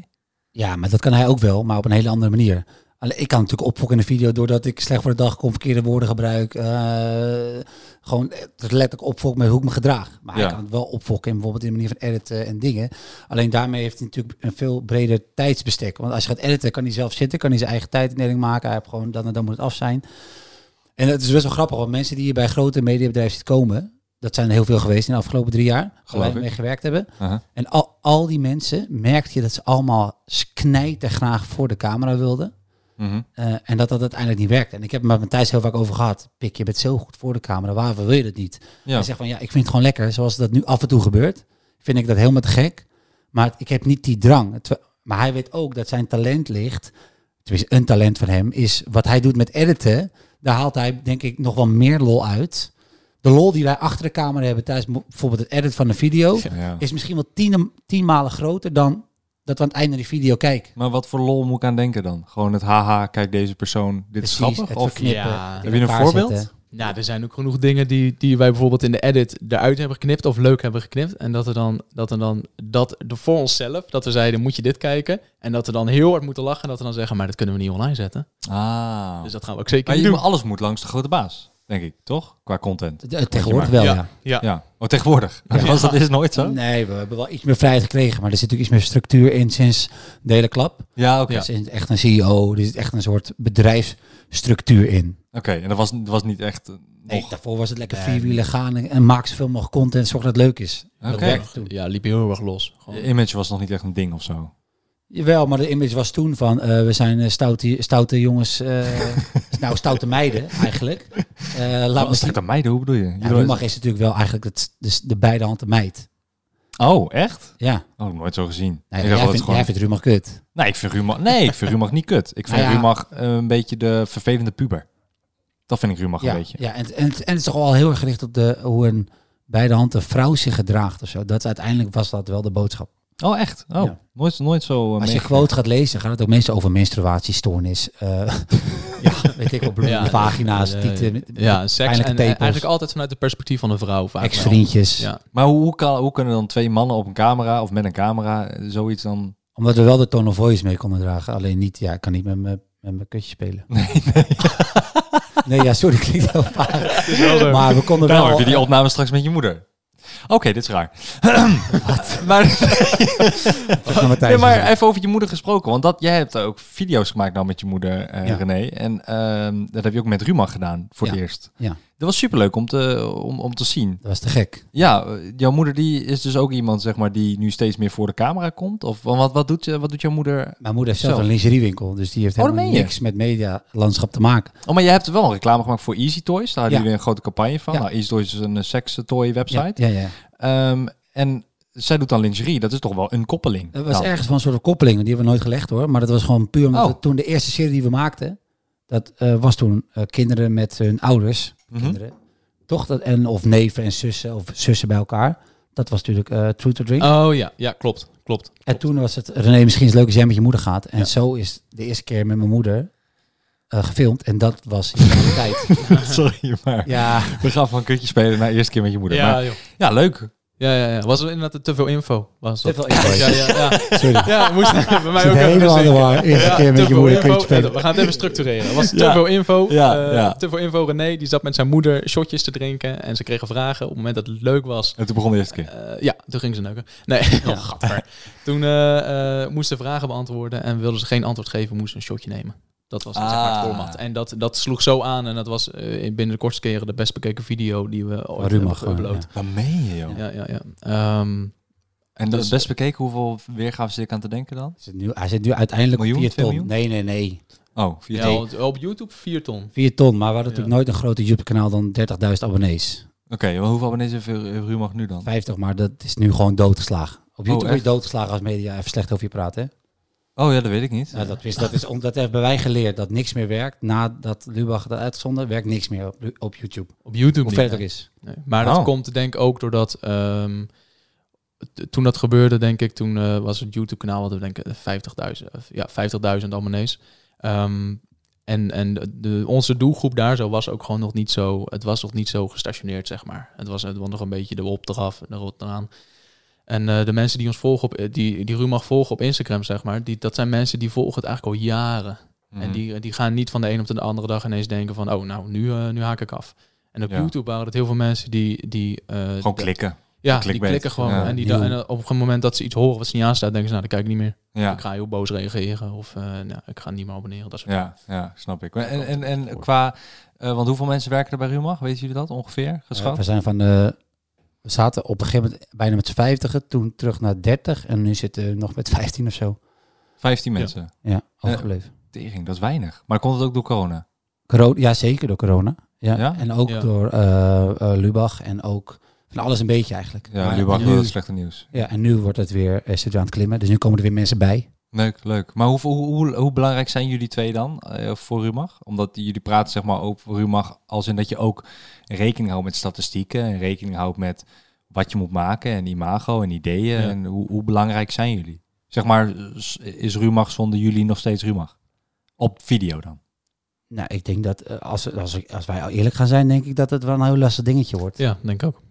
Speaker 4: Ja, maar dat kan hij ook wel, maar op een hele andere manier. Alleen, ik kan natuurlijk opfokken in de video doordat ik slecht voor de dag kom, verkeerde woorden gebruik. eh, gewoon eh, letterlijk opfokken met hoe ik me gedraag. Maar
Speaker 2: Ja.
Speaker 4: hij kan het wel opfokken in bijvoorbeeld in de manier van editen en dingen. Alleen daarmee heeft hij natuurlijk een veel breder tijdsbestek. Want als je gaat editen, kan hij zelf zitten, kan hij zijn eigen tijdindeling maken. Hij heeft gewoon dan en dan moet het af zijn. En het is best wel grappig, want mensen die hier bij grote mediabedrijven zitten komen, dat zijn er heel veel geweest in de afgelopen drie jaar, waar
Speaker 2: Geloof
Speaker 4: wij
Speaker 2: ik.
Speaker 4: mee gewerkt hebben.
Speaker 2: Aha.
Speaker 4: En al, al die mensen merkte je dat ze allemaal knijten graag voor de camera wilden.
Speaker 2: Mhm.
Speaker 4: Eh, en dat dat uiteindelijk niet werkt. En ik heb het met Matthijs heel vaak over gehad. Pik, je bent zo goed voor de camera. Waarvoor wil je dat niet?
Speaker 2: Ja.
Speaker 4: Hij zegt van ja, ik vind het gewoon lekker. Zoals dat nu af en toe gebeurt. Vind ik dat helemaal te gek. Maar ik heb niet die drang. Het- Maar hij weet ook dat zijn talent ligt. Tenminste, een talent van hem is wat hij doet met editen. Daar haalt hij denk ik nog wel meer lol uit. De lol die wij achter de camera hebben tijdens mo- bijvoorbeeld het edit van een video.
Speaker 2: Ja.
Speaker 4: Is misschien wel tien, tienmalen groter dan dat we aan het einde van die video kijken.
Speaker 2: Maar wat voor lol moet ik aan denken dan? Gewoon het haha, kijk deze persoon, dit
Speaker 4: Precies,
Speaker 2: is grappig?
Speaker 4: het
Speaker 2: of
Speaker 4: verknippen,
Speaker 3: Ja.
Speaker 4: in
Speaker 2: Heb je een
Speaker 4: elkaar
Speaker 2: voorbeeld?
Speaker 3: Nou, er zijn ook genoeg dingen die, die wij bijvoorbeeld in de edit eruit hebben geknipt of leuk hebben geknipt. En dat er dan, dat er dan dat de- voor onszelf, dat we zeiden, moet je dit kijken. En dat we dan heel hard moeten lachen en dat we dan zeggen, maar dat kunnen we niet online zetten.
Speaker 2: Ah.
Speaker 3: Dus dat gaan we ook zeker
Speaker 2: maar
Speaker 3: niet
Speaker 2: je,
Speaker 3: doen.
Speaker 2: maar alles moet langs de grote baas, denk ik, toch? Qua content.
Speaker 4: Eh, Tegenwoordig
Speaker 2: maar.
Speaker 4: wel, ja.
Speaker 3: ja.
Speaker 2: Ja. Oh, tegenwoordig. Was dat is nooit zo?
Speaker 4: Nee, we hebben wel iets meer vrijheid gekregen, maar er zit natuurlijk iets meer structuur in sinds de hele klap.
Speaker 2: Ja, oké.
Speaker 4: Er zit echt een CEO, er zit echt een soort bedrijfsstructuur in.
Speaker 2: Oké, en dat was, dat was niet echt... eh,
Speaker 4: Nee,
Speaker 2: nog-
Speaker 4: daarvoor was het lekker vierwielen gaan en, en maak zoveel mogelijk content, zorg dat het leuk is. Dat
Speaker 2: Oké.
Speaker 4: werkte toen.
Speaker 3: Ja, liep heel erg los. Gewoon.
Speaker 2: De image was nog niet echt een ding of zo.
Speaker 4: Jawel, maar de image was toen van eh, we zijn eh, stoute, stoute jongens, eh, nou stoute meiden eigenlijk. Eh laat
Speaker 2: Laat
Speaker 4: me
Speaker 2: me aan meiden, hoe bedoel je?
Speaker 4: Ja,
Speaker 2: Jullie-
Speaker 4: Rumach is natuurlijk wel eigenlijk het, dus de beide handen meid.
Speaker 2: Oh, echt?
Speaker 4: Ja,
Speaker 2: Oh, ik heb nooit zo gezien.
Speaker 4: nee,
Speaker 2: ik
Speaker 4: jij,
Speaker 2: dacht dat
Speaker 4: vindt,
Speaker 2: het gewoon...
Speaker 4: jij vindt Rumach kut.
Speaker 2: Nee, ik vind Rumach... Nee, ik vind Rumach niet kut. Ik vind
Speaker 4: Nou ja.
Speaker 2: Rumach eh, een beetje de vervelende puber. Dat vind ik Rumach
Speaker 4: Ja,
Speaker 2: een beetje.
Speaker 4: ja en, en, en het is toch wel heel erg gericht op de, hoe een beide handen vrouw zich gedraagt of zo. Dat is- uiteindelijk was dat wel de boodschap.
Speaker 2: Oh, echt? Oh,
Speaker 4: Ja.
Speaker 2: nooit, nooit zo... eh,
Speaker 4: Als je
Speaker 2: meege-
Speaker 4: quote gaat lezen, gaat het ook meestal over menstruatiestoornis. eh, ja, weet ik wel, bloemen,
Speaker 3: Ja,
Speaker 4: vagina's,
Speaker 3: eh,
Speaker 4: tieten, met-
Speaker 3: ja, seks en,
Speaker 4: pijnlijke
Speaker 3: en
Speaker 4: tepels.
Speaker 3: eigenlijk altijd vanuit het perspectief van een vrouw. vaak wel.
Speaker 4: ex-vriendjes.
Speaker 3: Ja.
Speaker 2: Maar hoe, hoe, kan, hoe kunnen dan twee mannen op een camera of met een camera eh, zoiets dan...
Speaker 4: Omdat we wel de tone of voice mee konden dragen. Alleen niet, ja, ik kan niet met mijn met mijn kutje spelen. Nee, nee. ja, sorry, klinkt heel vaag. Maar we konden
Speaker 2: Nou,
Speaker 4: wel...
Speaker 2: heb je die opname straks met je moeder. Oké, dit is raar. maar,
Speaker 4: Zeg maar, Matthijs,
Speaker 2: nee, maar even over je moeder gesproken. Want dat, jij hebt ook video's gemaakt nou met je moeder, eh,
Speaker 4: Ja.
Speaker 2: René. En ehm, dat heb je ook met Ruma gedaan voor het
Speaker 4: Ja.
Speaker 2: eerst.
Speaker 4: Ja.
Speaker 2: Dat was superleuk om te, om, om te zien.
Speaker 4: Dat was te gek.
Speaker 2: Ja, eh, jouw moeder die is dus ook iemand zeg maar, die nu steeds meer voor de camera komt. Of want wat, wat, doet, je- wat doet jouw moeder?
Speaker 4: Mijn moeder heeft zelf
Speaker 2: Zo.
Speaker 4: een lingeriewinkel, dus die heeft
Speaker 2: Oh, dat
Speaker 4: helemaal
Speaker 2: meen je.
Speaker 4: niks met medialandschap te maken.
Speaker 2: Oh, maar jij hebt wel een reclame gemaakt voor Easy Toys. Daar hadden
Speaker 4: Ja.
Speaker 2: jullie een grote campagne van.
Speaker 4: Ja.
Speaker 2: Nou, Easy Toys is een seks toy website.
Speaker 4: Ja, ja, ja.
Speaker 2: Ehm, en zij doet dan lingerie. Dat is toch wel een koppeling.
Speaker 4: Dat was
Speaker 2: dan.
Speaker 4: ergens van een soort koppeling, want die hebben we nooit gelegd hoor. Maar dat was gewoon puur omdat
Speaker 2: Nou. Oh.
Speaker 4: we toen de eerste serie die we maakten, dat eh, was toen eh, kinderen met hun ouders.
Speaker 2: Mhm.
Speaker 4: Kinderen. Toch? Dat, en, of neven en zussen, of zussen bij elkaar. Dat was natuurlijk eh True to Drink.
Speaker 3: Oh ja, ja klopt, klopt.
Speaker 4: en toen was het, René, misschien is het leuk als jij met je moeder gaat. En
Speaker 3: Ja.
Speaker 4: zo is de eerste keer met mijn moeder eh, gefilmd. En dat was in de tijd.
Speaker 2: Sorry, maar
Speaker 4: Ja,
Speaker 2: we gaan van kutje spelen naar eerste keer met je moeder. Ja, maar,
Speaker 3: joh.
Speaker 2: ja leuk.
Speaker 3: Ja, ja, ja. Was er inderdaad te veel info? Was
Speaker 4: te
Speaker 3: dat?
Speaker 4: veel info.
Speaker 3: Ja, ja, ja.
Speaker 4: Sorry.
Speaker 3: Ja, moest bij mij
Speaker 4: Zit
Speaker 3: ook even
Speaker 4: helemaal in de
Speaker 3: bezinken.
Speaker 4: war. Eerste keer met
Speaker 3: te
Speaker 4: je
Speaker 3: veel
Speaker 4: moeder kun je
Speaker 3: info.
Speaker 4: spelen.
Speaker 3: We gaan het even structureren. Er was te
Speaker 2: Ja.
Speaker 3: veel info.
Speaker 2: Ja,
Speaker 3: eh,
Speaker 2: ja.
Speaker 3: Te veel info. René die zat met zijn moeder shotjes te drinken. En ze kregen vragen. Op het moment dat het leuk was,
Speaker 2: En toen begon de eerste keer.
Speaker 3: eh, ja, toen ging ze neuken. Nee, oh, gadver. Toen eh, eh, moesten ze vragen beantwoorden. En wilden ze geen antwoord geven, moesten ze een shotje nemen. Dat was zeg maar,
Speaker 2: Ah.
Speaker 3: het format. En dat, dat sloeg zo aan. En dat was eh, binnen de kortste keren de best bekeken video die we ooit
Speaker 4: Rumach,
Speaker 3: hebben geüpload.
Speaker 4: ja.
Speaker 2: Dat meen je, joh.
Speaker 3: Ja, ja, ja. Ehm,
Speaker 2: En dat is
Speaker 3: Dus-
Speaker 2: best bekeken hoeveel weergaven zit ik aan te denken dan?
Speaker 4: Zit nu, hij zit nu uiteindelijk op
Speaker 2: Miljoen,
Speaker 4: 4
Speaker 2: twee
Speaker 4: ton.
Speaker 2: miljoen?
Speaker 4: Nee, nee, nee.
Speaker 2: Oh, vier
Speaker 3: ja,
Speaker 2: ton.
Speaker 3: op- op YouTube 4 ton.
Speaker 4: 4 ton, maar we hadden
Speaker 3: Ja.
Speaker 4: natuurlijk nooit een groter YouTube-kanaal dan 30.000 abonnees.
Speaker 2: Oké, maar hoeveel abonnees heeft Ru- Rumach nu dan?
Speaker 4: 50, maar dat is nu gewoon doodgeslagen. Op YouTube word
Speaker 2: Oh, echt?
Speaker 4: je doodgeslagen als media even slecht over je praat, hè?
Speaker 2: Oh ja, dat weet ik niet.
Speaker 4: Nou, dat, is, dat, is, om- dat hebben wij geleerd, dat niks meer werkt. Nadat Lubach dat uitzonde, werkt niks meer op, op YouTube.
Speaker 3: Op YouTube
Speaker 4: Hoe
Speaker 3: niet,
Speaker 4: ver het
Speaker 3: hè.
Speaker 4: ook is.
Speaker 3: Nee. Maar dat
Speaker 2: Oh.
Speaker 3: komt denk ik ook doordat... ehm, t- toen dat gebeurde, denk ik, toen eh, was het YouTube-kanaal... hadden we denk ik 50.000 of- eh, ja, 50.000 abonnees. Ehm, en en de, de- onze doelgroep daar zo was ook gewoon nog niet zo... Het was nog niet zo gestationeerd, zeg maar. Het was, het was nog een beetje erop, eraf, erop, eraan. En eh, de mensen die ons volgen op... eh, Die, die Rumach volgen op Instagram, zeg maar... Die, dat zijn mensen die volgen het eigenlijk al jaren.
Speaker 2: Mhm.
Speaker 3: En die, die gaan niet van de een op de andere dag ineens denken van, oh, nou, nu, eh, nu haak ik af. En op
Speaker 2: Ja.
Speaker 3: YouTube waren het heel veel mensen die... die eh,
Speaker 2: Gewoon
Speaker 3: de-
Speaker 2: klikken.
Speaker 3: Ja, die
Speaker 2: clickbait.
Speaker 3: klikken gewoon.
Speaker 2: Ja,
Speaker 3: en, die
Speaker 4: heel-
Speaker 3: da- en op het moment dat ze iets horen wat ze niet aanstaat, denken ze, nou, dan kijk ik niet meer.
Speaker 2: Ja.
Speaker 3: Ik ga heel boos reageren of eh, nou, ik ga niet meer abonneren. Dat soort
Speaker 2: Ja, ja, snap ik.
Speaker 3: Dat
Speaker 2: En,
Speaker 3: komt
Speaker 2: en, en
Speaker 3: voor.
Speaker 2: qua, eh, want hoeveel mensen werken er bij Rumach? Weten jullie dat ongeveer?
Speaker 4: Ja,
Speaker 2: Geschat?
Speaker 4: we zijn van eh, we zaten op een gegeven moment bijna met z'n vijftigen, toen terug naar 30 en nu zitten we nog met 15 of zo.
Speaker 2: 15
Speaker 3: Ja.
Speaker 2: mensen.
Speaker 4: Ja, afgeleefd.
Speaker 2: Tering, dat is weinig. Maar komt het ook door corona?
Speaker 4: Corona, ja, zeker door corona. Ja.
Speaker 2: Ja?
Speaker 4: En ook
Speaker 3: Ja.
Speaker 4: door eh, eh, Lubach en ook van alles een beetje eigenlijk.
Speaker 2: Ja,
Speaker 4: Maar
Speaker 2: nu wacht
Speaker 4: nu-
Speaker 2: wel het slechte nieuws.
Speaker 4: ja, en nu wordt het weer, eh, zitten we aan het klimmen, dus nu komen er weer mensen bij.
Speaker 2: Leuk, leuk. Maar hoe, hoe, hoe, hoe belangrijk zijn jullie twee dan eh, voor Rumach? Omdat jullie praten zeg maar over Rumach als in dat je ook rekening houdt met statistieken en rekening houdt met wat je moet maken en imago en ideeën.
Speaker 3: Ja.
Speaker 2: En hoe, hoe belangrijk zijn jullie? Zeg maar, s- is Rumach zonder jullie nog steeds Rumach? Op video dan?
Speaker 4: Nou, ik denk dat eh, als, als, ik- als wij al eerlijk gaan zijn, denk ik dat het wel een heel lastig dingetje wordt.
Speaker 3: dingen. Ja, denk ik ook.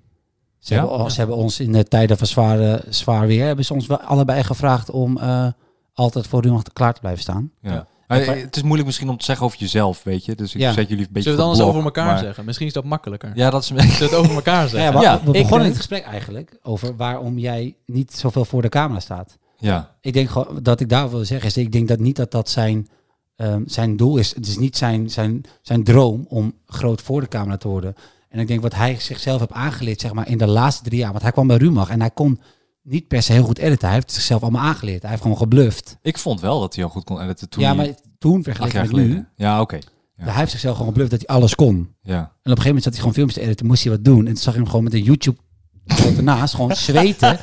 Speaker 4: Ze,
Speaker 2: Ja?
Speaker 4: hebben, al- ze hebben ons in de tijden van zware, zwaar weer, hebben ze ons wel allebei gevraagd om eh, altijd voor Rumach klaar te blijven staan.
Speaker 2: Ja.
Speaker 3: Ja.
Speaker 2: Maar,
Speaker 4: Ja.
Speaker 2: eh, het is moeilijk misschien om te zeggen over jezelf, weet je. Dus ik
Speaker 4: Ja.
Speaker 2: zet jullie een beetje
Speaker 3: Zullen we het
Speaker 2: voor
Speaker 3: anders
Speaker 2: het
Speaker 3: over
Speaker 2: blok,
Speaker 3: elkaar
Speaker 2: maar-
Speaker 3: zeggen? Misschien is dat makkelijker.
Speaker 2: Ja, dat is...
Speaker 3: Zullen we het over elkaar zeggen?
Speaker 4: Ja, maar
Speaker 2: Ja,
Speaker 4: we
Speaker 3: ik
Speaker 4: begonnen
Speaker 3: denk-
Speaker 4: het gesprek eigenlijk over waarom jij niet zoveel voor de camera staat.
Speaker 2: ja,
Speaker 4: Ik denk gewoon, dat ik daarvoor wil zeggen is, ik denk dat niet dat dat zijn, ehm, zijn doel is. Het is niet zijn, zijn, zijn droom om groot voor de camera te worden. En ik denk wat hij zichzelf heeft aangeleerd, zeg maar, in de laatste drie jaar. Want hij kwam bij Rumach en hij kon niet per se heel goed editen. Hij heeft het zichzelf allemaal aangeleerd. Hij heeft gewoon gebluft.
Speaker 2: ik vond wel dat hij al goed kon editen toen
Speaker 4: ja,
Speaker 2: hij
Speaker 4: maar toen
Speaker 2: acht
Speaker 4: vergeleken
Speaker 2: jaar
Speaker 4: met
Speaker 2: geleden.
Speaker 4: nu,
Speaker 2: Ja, oké. Ja.
Speaker 4: hij heeft zichzelf gewoon gebluft dat hij alles kon.
Speaker 2: Ja.
Speaker 4: En op een gegeven moment zat hij gewoon filmpjes te editen, moest hij wat doen. En toen zag je hem gewoon met een YouTube ernaast gewoon zweten.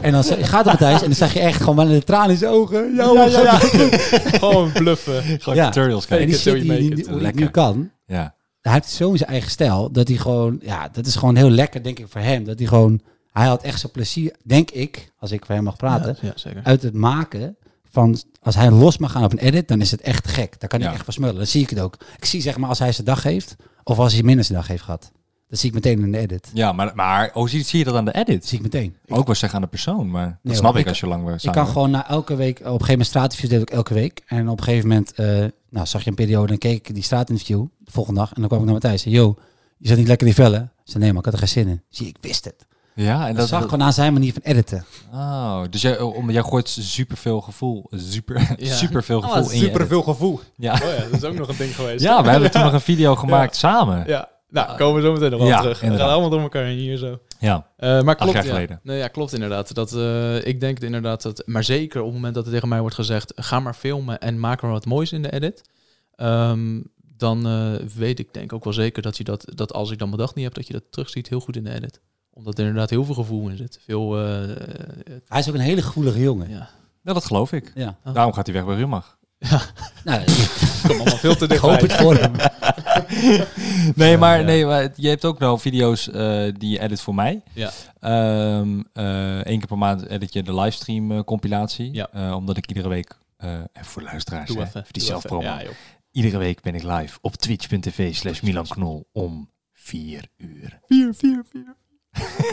Speaker 4: En dan zei- gaat het Matthijs en dan zag je echt gewoon wel in de tranen in zijn ogen. Ja, ja, ja.
Speaker 3: Gewoon bluffen.
Speaker 2: Gewoon
Speaker 4: Ja.
Speaker 2: tutorials
Speaker 4: En
Speaker 2: kijken.
Speaker 4: die
Speaker 3: it till
Speaker 4: shit
Speaker 3: you
Speaker 4: die,
Speaker 3: make
Speaker 4: eh, die,
Speaker 3: it.
Speaker 4: die- hoe die het
Speaker 2: Lekker.
Speaker 4: nu kan.
Speaker 2: Ja.
Speaker 4: Hij heeft zo in zijn eigen stijl dat hij gewoon, ja, dat is gewoon heel lekker denk ik voor hem. Dat hij gewoon, hij had echt zijn plezier, denk ik, als ik voor hem mag praten,
Speaker 3: Ja, zeker.
Speaker 4: uit het maken van, als hij los mag gaan op een edit, dan is het echt gek. Daar kan hij
Speaker 2: Ja.
Speaker 4: echt van smullen. Dan zie ik het ook. Ik zie zeg maar als hij zijn dag heeft, of als hij minder zijn dag heeft gehad. Dat zie ik meteen in de edit.
Speaker 2: Ja, maar, maar oh, zie, zie je dat aan de edit?
Speaker 4: Dat zie ik meteen. Ik,
Speaker 2: ook wel zeggen aan de persoon, maar dat
Speaker 4: Nee,
Speaker 2: snap
Speaker 4: hoor.
Speaker 2: ik,
Speaker 4: Ik-
Speaker 2: als je lang
Speaker 4: ik kan gewoon na elke week, op een gegeven moment straatinterviews deed ik elke week. En op een gegeven moment eh, nou, zag je een periode en keek ik die straatinterview de volgende dag. En dan kwam ik naar Matthijs en zei, yo, je zat niet lekker in die vellen. Ik zei, nee maar ik had er geen zin in. Zie je, ik wist het.
Speaker 2: Ja, en
Speaker 4: Dat
Speaker 2: dat,
Speaker 4: zag ik gewoon aan zijn manier van editen.
Speaker 2: Oh, dus jij, om, jij gooit superveel gevoel, super,
Speaker 3: Ja.
Speaker 4: Oh,
Speaker 2: Ah, superveel gevoel in je edit.
Speaker 4: gevoel.
Speaker 2: Ja.
Speaker 3: Oh ja, dat is ook nog een ding geweest.
Speaker 2: ja, we hebben toen nog een video gemaakt samen. Ja,
Speaker 3: Ja, nou, komen we zo meteen nog wel
Speaker 2: Ja,
Speaker 3: terug. We gaan
Speaker 2: inderdaad.
Speaker 3: allemaal door elkaar heen hier zo.
Speaker 2: ja.
Speaker 3: Eh, maar klopt,
Speaker 2: jaar
Speaker 3: ja.
Speaker 2: geleden.
Speaker 3: Nee, ja, klopt inderdaad. Dat, eh, ik denk inderdaad dat, maar zeker op het moment dat er tegen mij wordt gezegd, ga maar filmen en maak er wat moois in de edit. ehm, dan eh, weet ik denk ook wel zeker dat, je dat, dat als ik dan mijn dag niet heb, dat je dat terugziet heel goed in de edit. Omdat er inderdaad heel veel gevoel in zit. Veel, eh, eh,
Speaker 4: Hij is ook een hele gevoelige jongen.
Speaker 3: ja.
Speaker 2: dat geloof ik.
Speaker 4: Ja.
Speaker 2: Daarom gaat hij weg bij Rumach.
Speaker 4: Nou, ik
Speaker 3: Kom allemaal veel te dichtbij.
Speaker 4: hoop het voor hem.
Speaker 2: Nee, maar,
Speaker 3: ja.
Speaker 2: nee, maar het- je hebt ook nou video's eh, die je edit voor mij.
Speaker 3: Ja.
Speaker 2: Eén keer per maand edit je de livestream eh, compilatie.
Speaker 3: Ja.
Speaker 2: Eh, omdat ik iedere week, eh en voor de luisteraars,
Speaker 3: Doe
Speaker 2: hè,
Speaker 3: even.
Speaker 2: die
Speaker 3: doe even.
Speaker 2: zelfpromo.
Speaker 3: Ja, joh.
Speaker 2: Iedere week ben ik live op twitch.tv slash Milan Knol om vier uur. Vier, vier, vier.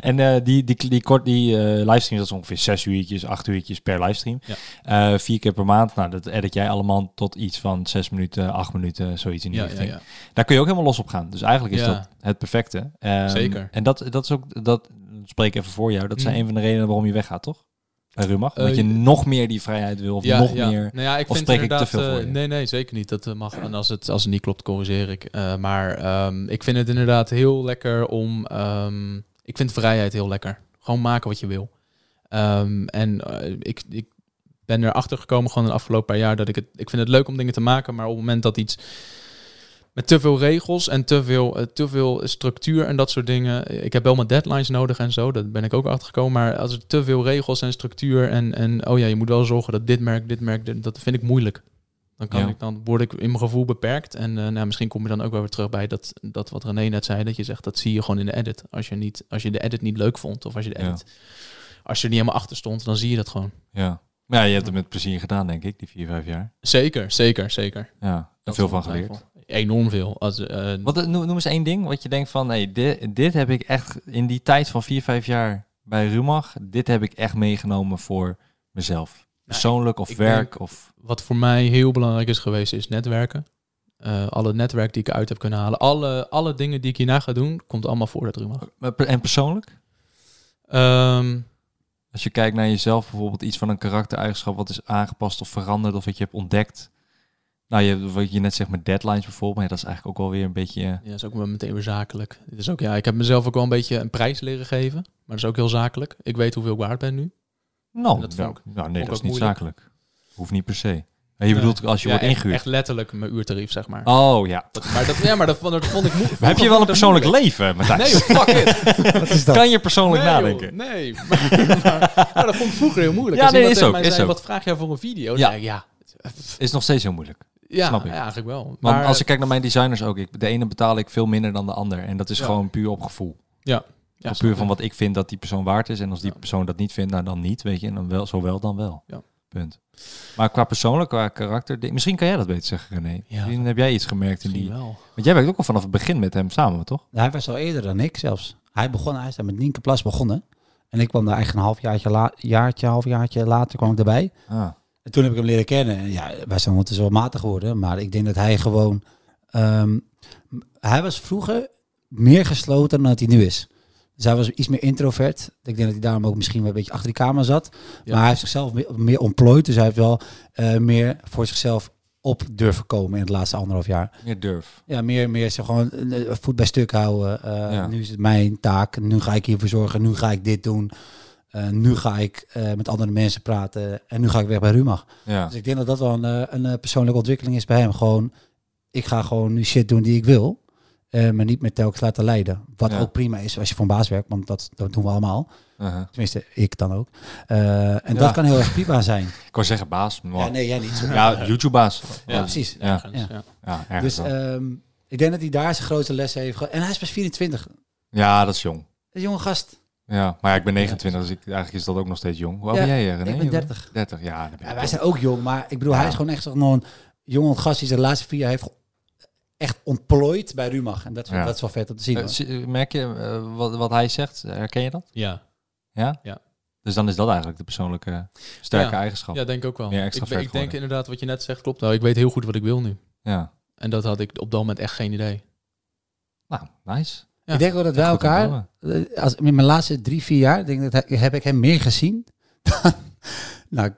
Speaker 2: en eh, die, die, die, kort, die eh, livestream, dat is ongeveer zes uurtjes, acht uurtjes per livestream. Eh, vier keer per maand. Nou, dat edit jij allemaal tot iets van zes minuten, acht minuten, zoiets in die
Speaker 3: Ja, ja,
Speaker 2: richting.
Speaker 3: ja.
Speaker 2: Daar kun je ook helemaal los op gaan. Dus eigenlijk is
Speaker 3: Ja.
Speaker 2: dat het perfecte. Ehm,
Speaker 3: Zeker.
Speaker 2: En dat, dat is ook, dat spreek ik even voor jou, dat zijn
Speaker 3: Mm.
Speaker 2: een van de redenen waarom je weggaat, toch? Bij Rumach.
Speaker 3: Eh,
Speaker 2: Omdat je nog meer die vrijheid wil, of nog meer...
Speaker 3: Nou ja, ik
Speaker 2: of
Speaker 3: vind
Speaker 2: spreek ik te
Speaker 3: inderdaad,
Speaker 2: veel voor
Speaker 3: eh,
Speaker 2: je?
Speaker 3: nee, nee, zeker niet. Dat eh, mag. En als het, als het niet klopt, corrigeer ik. Eh, maar ehm, ik vind het inderdaad heel lekker om. ehm, ik vind vrijheid heel lekker. Gewoon maken wat je wil. Ehm, en eh, ik, ik ben erachter gekomen gewoon de afgelopen paar jaar dat ik het. Ik vind het leuk om dingen te maken, maar op het moment dat iets. Met te veel regels en te veel, eh, te veel structuur en dat soort dingen. Ik heb wel mijn deadlines nodig en zo. Daar ben ik ook achter gekomen. Maar als er te veel regels en structuur en, en oh ja, je moet wel zorgen dat dit merk, dit merk, dit- dat vind ik moeilijk. Dan, kan
Speaker 2: Ja.
Speaker 3: ik, dan word ik in mijn gevoel beperkt. En eh, nou, misschien kom je dan ook wel weer terug bij dat, dat wat René net zei. Dat je zegt, dat zie je gewoon in de edit. Als je, niet, als je de edit niet leuk vond of als je de
Speaker 2: Ja.
Speaker 3: edit... Als je er niet helemaal achter stond, dan zie je dat gewoon.
Speaker 2: Ja. Maar ja, je hebt het met plezier gedaan, denk ik, die vier, vijf jaar.
Speaker 3: Zeker, zeker, zeker.
Speaker 2: Ja, er
Speaker 3: Dat
Speaker 2: veel
Speaker 3: is
Speaker 2: van
Speaker 3: ongetwijfeld.
Speaker 2: geleerd.
Speaker 3: Enorm veel. Als, eh,
Speaker 2: Wat, eh, noem, noem eens één ding wat je denkt van, nee, dit, dit heb ik echt in die tijd van vier, vijf jaar bij Rumach, dit heb ik echt meegenomen voor mezelf. Persoonlijk of
Speaker 3: Nou, ik
Speaker 2: werk
Speaker 3: denk-
Speaker 2: of...
Speaker 3: Wat voor mij heel belangrijk is geweest, is netwerken. Eh, alle netwerk die ik uit heb kunnen halen. Alle, alle dingen die ik hierna ga doen, komt allemaal voor dat Ruma.
Speaker 2: Maar per- En persoonlijk?
Speaker 3: Ehm
Speaker 2: Als je kijkt naar jezelf bijvoorbeeld, iets van een karaktereigenschap wat is aangepast of veranderd of wat je hebt ontdekt. Nou, je, hebt- wat je net zegt met deadlines bijvoorbeeld, maar ja, dat is eigenlijk ook wel weer een beetje... eh,
Speaker 3: ja, dat is ook wel meteen weer zakelijk. Dit is ook, ja, ik heb mezelf ook wel een beetje een prijs leren geven. Maar dat is ook heel zakelijk. Ik weet hoeveel ik waard ben nu.
Speaker 2: Nou,
Speaker 3: Dat
Speaker 2: nou, nou,
Speaker 3: vond
Speaker 2: nee,
Speaker 3: vond ik
Speaker 2: dat is niet
Speaker 3: ook moeilijk.
Speaker 2: zakelijk. Hoeft niet per se. En je bedoelt als Dus je
Speaker 3: Ja,
Speaker 2: wordt
Speaker 3: echt-
Speaker 2: ingehuurd.
Speaker 3: Echt letterlijk mijn uurtarief, zeg maar.
Speaker 2: Oh ja.
Speaker 3: Dat- maar dat, ja, maar dat, vond- dat vond ik moeilijk.
Speaker 2: heb je wel een persoonlijk leven, eh, Matthijs?
Speaker 3: Nee, joh, fuck it.
Speaker 4: Wat is dat?
Speaker 2: kan je persoonlijk
Speaker 3: nee,
Speaker 2: nadenken?
Speaker 3: joh, nee, maar, maar- maar dat vond ik vroeger heel moeilijk.
Speaker 2: Ja,
Speaker 3: Als
Speaker 2: nee, is
Speaker 3: iemand tegen
Speaker 2: ook,
Speaker 3: mij
Speaker 2: is
Speaker 3: zei,
Speaker 2: ook.
Speaker 3: Wat vraag jij voor een video? Dan
Speaker 2: Ja.
Speaker 3: zei ik, ja,
Speaker 2: Is nog steeds heel moeilijk.
Speaker 3: ja,
Speaker 2: Snap ik.
Speaker 3: ja, eigenlijk wel.
Speaker 2: Want
Speaker 3: Maar
Speaker 2: als ik kijk naar mijn designers ook, ik, de ene betaal ik veel minder dan de ander. En dat is
Speaker 3: Ja.
Speaker 2: gewoon puur op gevoel.
Speaker 3: ja, snap
Speaker 2: puur
Speaker 3: ik.
Speaker 2: van wat ik vind dat die persoon waard is. En als die
Speaker 3: Ja.
Speaker 2: persoon dat niet vindt, nou dan niet. Weet je, en dan wel, zo wel, dan wel.
Speaker 3: Ja.
Speaker 2: Punt. Maar qua persoonlijk, qua karakter, di- misschien kan jij dat beter zeggen, René.
Speaker 3: Ja.
Speaker 2: Misschien heb jij iets gemerkt in die.
Speaker 3: Misschien wel.
Speaker 2: Want jij werkt ook al vanaf het begin met hem samen, toch?
Speaker 4: Nou, Hij was al eerder dan ik zelfs. Hij begon, hij is daar met Nienke Plas begonnen. En ik kwam daar eigenlijk een halfjaartje, la, jaartje, halfjaartje later kwam ik erbij.
Speaker 2: Ah.
Speaker 4: En toen heb ik hem leren kennen. En ja, wij zijn ondertussen wel matig geworden. Maar ik denk dat hij gewoon... ehm, m- hij was vroeger meer gesloten dan dat hij nu is. Dus hij was iets meer introvert. Ik denk dat hij daarom ook misschien wel een beetje achter die camera zat.
Speaker 3: Ja.
Speaker 4: Maar hij heeft zichzelf me- meer ontplooid. Dus hij heeft wel eh, meer voor zichzelf op durven komen in het laatste anderhalf jaar.
Speaker 2: Meer durf.
Speaker 4: Ja, meer, meer zo gewoon eh, voet bij stuk houden. Eh,
Speaker 2: Ja.
Speaker 4: Nu is het mijn taak. Nu ga ik hiervoor zorgen. Nu ga ik dit doen. Eh, nu ga ik eh, met andere mensen praten. En nu ga ik weg bij Rumach.
Speaker 2: Ja.
Speaker 4: Dus ik denk dat dat wel een, eh, een eh, persoonlijke ontwikkeling is bij hem. Gewoon, ik ga gewoon nu shit doen die ik wil. eh, maar niet meer telkens laten leiden. Wat
Speaker 2: Ja.
Speaker 4: ook prima is als je voor een baas werkt. Want dat, dat doen we allemaal.
Speaker 2: Uh-huh.
Speaker 4: Tenminste, ik dan ook. Eh, en
Speaker 2: Ja.
Speaker 4: dat kan heel erg prima zijn.
Speaker 2: Ik wou zeggen baas, maar
Speaker 4: Ja,
Speaker 2: ja,
Speaker 4: nee, jij niet. sorry.
Speaker 2: YouTube-baas.
Speaker 4: Ja,
Speaker 2: Ja.
Speaker 4: precies.
Speaker 2: Ja,
Speaker 3: Ergens, ja.
Speaker 2: ja, ergens
Speaker 4: Dus
Speaker 2: wel.
Speaker 4: ehm, ik denk dat hij daar zijn grote lessen heeft gehad. En hij is pas 24.
Speaker 2: ja, dat is jong.
Speaker 4: Een jonge gast.
Speaker 2: Ja, maar ja, ik ben 29, dus ik, eigenlijk is dat ook nog steeds jong. Hoe oud
Speaker 4: Ja,
Speaker 2: ben jij, eh, René?
Speaker 4: ik ben 30.
Speaker 2: 30, ja. Dan ben je
Speaker 4: Ja, wij
Speaker 2: jong.
Speaker 4: zijn ook jong, maar ik bedoel,
Speaker 2: Ja.
Speaker 4: hij is gewoon echt nog een jonge gast die zijn laatste vier jaar heeft ge- echt ontplooid bij Rumach. En dat, is-
Speaker 2: Ja.
Speaker 4: dat is wel vet om te zien.
Speaker 2: Eh,
Speaker 4: hoor.
Speaker 2: zie- merk je eh, wat, wat hij zegt? Herken je dat?
Speaker 3: Ja.
Speaker 2: Ja?
Speaker 3: Ja.
Speaker 2: Dus dan is dat eigenlijk de persoonlijke sterke
Speaker 3: Ja.
Speaker 2: eigenschap. Ja.
Speaker 3: Ja, denk ook wel.
Speaker 2: Oh. Meer
Speaker 3: ik,
Speaker 2: extravert
Speaker 3: ben- ik denk
Speaker 2: geworden.
Speaker 3: inderdaad wat je net zegt klopt. Nou, ik weet heel goed wat ik wil nu. En dat had ik op dat moment echt geen idee.
Speaker 2: Nou, nice.
Speaker 3: Ja.
Speaker 4: Ik denk wel dat wij
Speaker 2: Goed om te
Speaker 4: elkaar,
Speaker 2: horen.
Speaker 4: eh, als, in mijn laatste drie, vier jaar, denk ik dat hij- heb ik hem meer gezien dan, nou,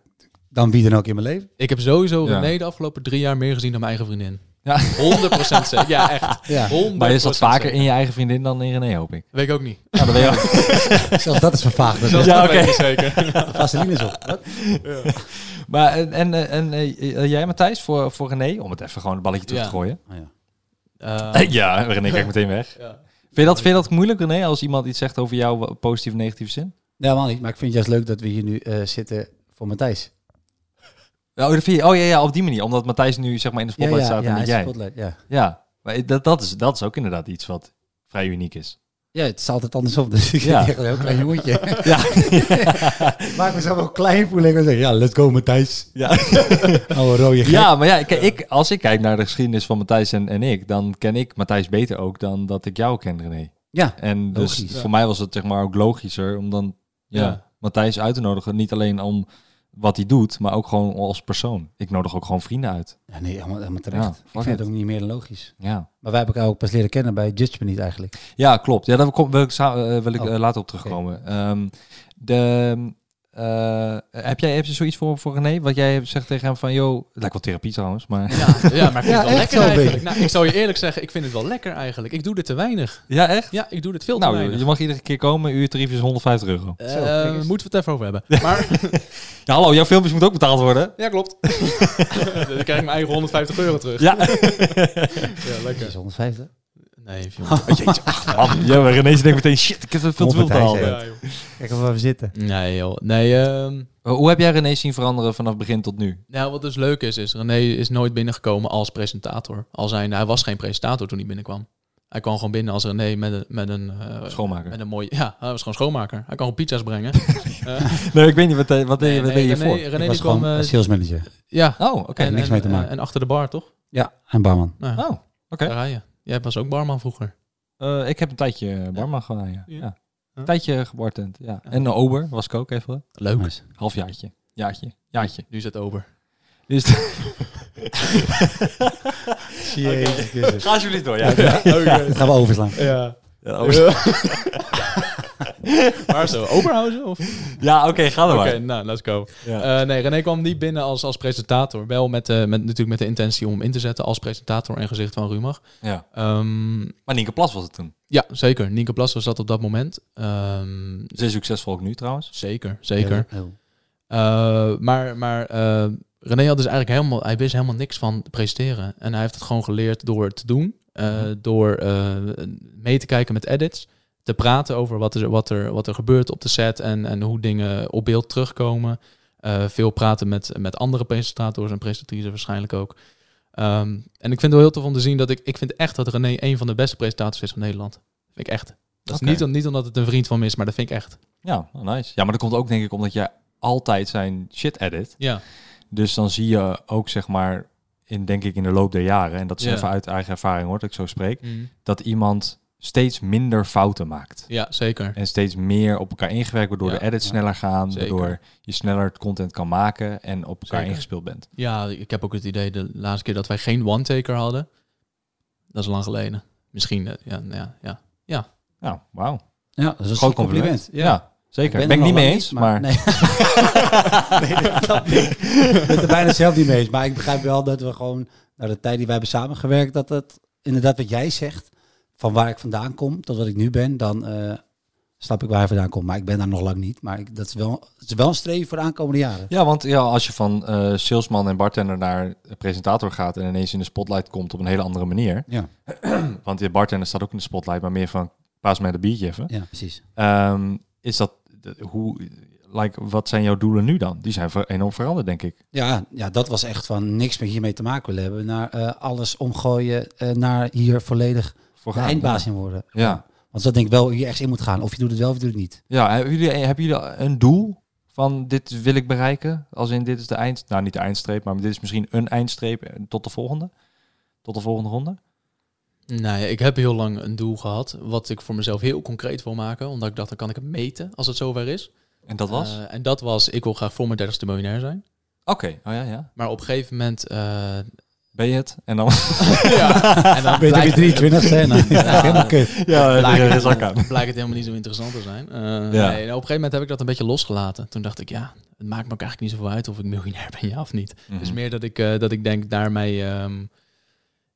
Speaker 4: dan wie dan ook in mijn leven.
Speaker 3: Ik heb sowieso
Speaker 2: Ja.
Speaker 3: René de afgelopen drie jaar meer gezien dan mijn eigen vriendin.
Speaker 2: Ja.
Speaker 3: 100% zeker. Ja, echt.
Speaker 4: Ja,
Speaker 3: 100%
Speaker 2: Maar je zat vaker
Speaker 3: zeker.
Speaker 2: in je eigen vriendin dan in René, hoop ik.
Speaker 3: Weet ik ook niet.
Speaker 2: Nou, dat ben je ook.
Speaker 4: zelfs dat is vervaagd. Dat
Speaker 3: Zelfs
Speaker 2: Ja,
Speaker 3: dat
Speaker 2: oké.
Speaker 3: weet ik zeker.
Speaker 4: vaseline is op. Wat?
Speaker 2: Maar en, en, eh, en eh, eh, jij, Matthijs, voor, voor René? Om het even gewoon een balletje terug
Speaker 3: Ja.
Speaker 2: te gooien.
Speaker 4: Oh, ja.
Speaker 3: Eh,
Speaker 2: Ja, René kijkt meteen weg.
Speaker 3: ja.
Speaker 2: Vind je, dat, vind je dat moeilijk, René, als iemand iets zegt over jou, w- positief of negatieve zin?
Speaker 4: Nee, helemaal niet. Maar ik vind het juist leuk dat we hier nu eh, zitten voor Matthijs.
Speaker 2: Oh, dat vind je, oh ja, ja, op die manier. Omdat Matthijs nu zeg maar in de spotlight staat en
Speaker 4: hij
Speaker 2: niet
Speaker 4: is
Speaker 2: jij.
Speaker 4: spotlight, ja.
Speaker 2: Ja, maar i- dat, dat, is, dat is ook inderdaad iets wat vrij uniek is.
Speaker 4: Ja, het is altijd andersom. Dus ik
Speaker 2: Ja.
Speaker 4: ben echt een heel klein jongetje.
Speaker 2: Ja.
Speaker 4: ik maak mezelf wel klein voelen. Ik wil zeggen, ja, let's go Matthijs.
Speaker 2: Ja,
Speaker 4: Oh, rode gek.
Speaker 2: ja maar ja, kijk, ik, als ik kijk naar de geschiedenis van Matthijs en, en ik, dan ken ik Matthijs beter ook dan dat ik jou ken, René.
Speaker 4: Ja.
Speaker 2: En dus
Speaker 4: Logisch.
Speaker 2: voor mij was het zeg maar ook logischer om dan ja,
Speaker 3: Ja.
Speaker 2: Matthijs uit te nodigen. Niet alleen om wat hij doet, maar ook gewoon als persoon. Ik nodig ook gewoon vrienden uit.
Speaker 4: Ja, nee, helemaal, helemaal terecht.
Speaker 2: Ja,
Speaker 4: ik
Speaker 2: fuck
Speaker 4: vind
Speaker 2: it.
Speaker 4: het ook niet meer dan logisch.
Speaker 2: Ja,
Speaker 4: Maar wij hebben elkaar ook pas leren kennen bij Judgment niet eigenlijk.
Speaker 2: ja klopt. Ja, daar kom, wil ik, sa- eh, wil ik
Speaker 4: Oh,
Speaker 2: eh, later op terugkomen. Ehm, de, eh, heb, jij, heb je zoiets voor, voor René? Wat jij zegt tegen hem van, joh, het lijkt wel therapie trouwens, maar...
Speaker 3: Ja, ja, maar ik vind
Speaker 4: Ja,
Speaker 3: het wel
Speaker 4: echt
Speaker 3: lekker
Speaker 4: wel,
Speaker 3: eigenlijk.
Speaker 4: Beek.
Speaker 3: Nou, ik zou je eerlijk zeggen, ik vind het wel lekker eigenlijk. Ik doe dit te weinig.
Speaker 2: Ja, echt?
Speaker 3: Ja, ik doe dit veel te
Speaker 2: Nou,
Speaker 3: weinig.
Speaker 2: je mag iedere keer komen. Uurtarief is 150 euro.
Speaker 3: Eh,
Speaker 4: Zo, kijk eens.
Speaker 3: moeten we het even over hebben. Maar,
Speaker 2: Ja, hallo, jouw filmpjes moeten ook betaald worden.
Speaker 3: ja, klopt. Dan krijg ik mijn eigen 150 euro terug.
Speaker 2: Ja.
Speaker 3: Ja,
Speaker 4: Dat
Speaker 3: lekker.
Speaker 4: is 150.
Speaker 3: Nee, joh.
Speaker 2: Man, ja, maar ineens denk ik meteen, shit, ik heb er veel te veel
Speaker 4: Honderd
Speaker 2: betaald.
Speaker 4: eisen.
Speaker 3: Ja, joh.
Speaker 4: Kijk of we even zitten.
Speaker 3: Nee, joh. Nee, ehm,
Speaker 2: Uh, Hoe heb jij René zien veranderen vanaf begin tot nu?
Speaker 3: nou, wat dus leuk is, is René is nooit binnengekomen als presentator. Al zijn, hij was geen presentator toen hij binnenkwam. Hij kwam gewoon binnen als René met een, met een, eh,
Speaker 2: Schoonmaker.
Speaker 3: met een mooie... Ja, hij was gewoon schoonmaker. Hij kan gewoon pizza's brengen.
Speaker 2: Nee, ik weet niet, wat, eh, wat deed je-
Speaker 3: Nee,
Speaker 2: wat deed
Speaker 3: nee,
Speaker 2: je
Speaker 3: René,
Speaker 2: voor?
Speaker 3: René
Speaker 4: ik
Speaker 3: die
Speaker 4: was
Speaker 3: kwam...
Speaker 4: gewoon
Speaker 3: eh,
Speaker 4: eh, sales manager.
Speaker 3: ja.
Speaker 2: Oh, oké.
Speaker 3: en,
Speaker 4: niks
Speaker 3: en,
Speaker 4: mee te
Speaker 3: eh,
Speaker 4: maken.
Speaker 3: en achter de bar, toch?
Speaker 4: Ja, en barman.
Speaker 3: Nou,
Speaker 2: Oh, oké.
Speaker 3: daar ga je. Jij was ook barman vroeger.
Speaker 2: Eh, ik heb een tijdje barman gedaan, ja.
Speaker 3: Ja.
Speaker 2: ja.
Speaker 3: Ja.
Speaker 2: Een tijdje gebartend, ja. En een ober was ik ook even.
Speaker 3: Leuk.
Speaker 4: Nice.
Speaker 2: Halfjaartje. Jaartje. Jaatje.
Speaker 3: Nu is het over.
Speaker 2: Dus
Speaker 3: Jezus.
Speaker 2: Ga alsjeblieft door, ja.
Speaker 4: Dat gaan we overslaan.
Speaker 3: Ja. Waar zo? Oberhausen? Of? Oké,
Speaker 2: Ja, oké, ga er maar.
Speaker 3: nou, let's go.
Speaker 2: Ja.
Speaker 3: Eh, nee, René kwam niet binnen als, als presentator. Wel met, eh, met, natuurlijk met de intentie om hem in te zetten als presentator en gezicht van Rumach.
Speaker 2: ja.
Speaker 3: Ehm,
Speaker 2: Maar Nienke Plas was het toen.
Speaker 3: ja, zeker. Nienke Plas was dat op dat moment. Ehm,
Speaker 2: Ze is succesvol ook nu trouwens.
Speaker 3: zeker, zeker.
Speaker 4: Heel- heel.
Speaker 3: Eh, maar maar eh, René had dus eigenlijk helemaal, hij wist helemaal niks van presteren. En hij heeft het gewoon geleerd door het te doen. eh, Door eh, mee te kijken met edits. Te praten over wat er, wat er, wat er gebeurt op de set en, en hoe dingen op beeld terugkomen. Eh, veel praten met, met andere presentators en presentatrices waarschijnlijk ook. Ehm, en ik vind het wel heel tof om te zien dat ik, ik vind echt dat René een van de beste presentators is van Nederland. Vind ik echt. Dat
Speaker 2: Oké.
Speaker 3: is niet, om- niet omdat het een vriend van me is, maar dat vind ik echt.
Speaker 2: Ja, oh, nice. Ja, maar dat komt ook denk ik omdat jij altijd zijn shit edit.
Speaker 3: Ja,
Speaker 2: Dus dan zie je ook zeg maar, in, denk ik in de loop der jaren, en dat is
Speaker 3: Ja.
Speaker 2: even uit eigen ervaring hoor, dat ik zo spreek, dat iemand steeds minder fouten maakt.
Speaker 3: ja zeker.
Speaker 2: En steeds meer op elkaar ingewerkt, waardoor
Speaker 3: Ja,
Speaker 2: de edits
Speaker 3: ja.
Speaker 2: sneller gaan,
Speaker 3: Zeker.
Speaker 2: waardoor je sneller het content kan maken en op elkaar
Speaker 3: Zeker.
Speaker 2: ingespeeld bent.
Speaker 3: Ja, ik heb ook het idee de laatste keer dat wij geen one-taker hadden. Dat is lang geleden. Misschien, eh, ja, nou ja, ja.
Speaker 2: Nou, wauw.
Speaker 4: Ja, dat is een
Speaker 2: Groot
Speaker 4: goed compliment.
Speaker 2: Ja, zeker. ben ik niet
Speaker 4: er nog
Speaker 2: mee
Speaker 4: lang
Speaker 2: eens, maar...
Speaker 4: Nee. nee, dat snap ik. Ik ben het er bijna zelf niet mee eens. Maar ik begrijp wel dat we gewoon... naar de tijd die wij hebben samengewerkt... dat het inderdaad wat jij zegt... van waar ik vandaan kom tot wat ik nu ben... dan eh, snap ik waar je vandaan komt. Maar ik ben daar nog lang niet. Maar ik, dat is wel, het is wel een streven voor de aankomende jaren.
Speaker 2: Ja, want ja, als je van eh, salesman en bartender naar presentator gaat en ineens in de spotlight komt op een hele andere manier.
Speaker 4: Ja,
Speaker 2: Want de bartender staat ook in de spotlight, maar meer van paas mij de biertje even.
Speaker 4: ja precies.
Speaker 2: Ehm, is dat de- hoe, like, wat zijn jouw doelen nu dan? Die zijn ver- enorm veranderd, denk ik.
Speaker 4: Ja, ja, dat was echt van niks meer hiermee te maken willen hebben... naar eh, alles omgooien eh, naar hier volledig
Speaker 2: Voor
Speaker 4: de
Speaker 2: gaan.
Speaker 4: eindbaas in worden.
Speaker 2: Ja.
Speaker 4: Want dat denk ik wel, je ergens in moet gaan. Of je doet het wel of je doet het niet.
Speaker 2: Ja, hebben jullie, eh, hebben jullie een doel van dit wil ik bereiken? Als in dit is de eind, nou niet de eindstreep, maar dit is misschien een eindstreep eh, tot de volgende? Tot de volgende ronde?
Speaker 3: Nou ja, ik heb heel lang een doel gehad, wat ik voor mezelf heel concreet wil maken. Omdat ik dacht, dan kan ik het meten als het zover is.
Speaker 2: En dat was?
Speaker 3: Eh, en dat was, ik wil graag voor mijn dertigste miljonair zijn.
Speaker 2: Oké, oh ja, ja.
Speaker 3: Maar op een gegeven moment... eh,
Speaker 2: Ben je het? En dan...
Speaker 3: ja, en dan
Speaker 4: Beter
Speaker 3: blijkt-
Speaker 4: weer 23 zijn. hè? Nou, Ja, helemaal kut.
Speaker 2: ja,
Speaker 3: Blijkt-
Speaker 2: er is ook aan.
Speaker 3: blijkt het helemaal niet zo interessant te zijn. Eh, nee,
Speaker 2: Ja.
Speaker 3: op een gegeven moment heb ik dat een beetje losgelaten. Toen dacht ik, ja, het maakt me ook eigenlijk niet zoveel uit of ik miljonair ben, ja of niet.
Speaker 2: Mhm.
Speaker 3: Dus meer dat ik, eh, dat ik denk daarmee... ehm,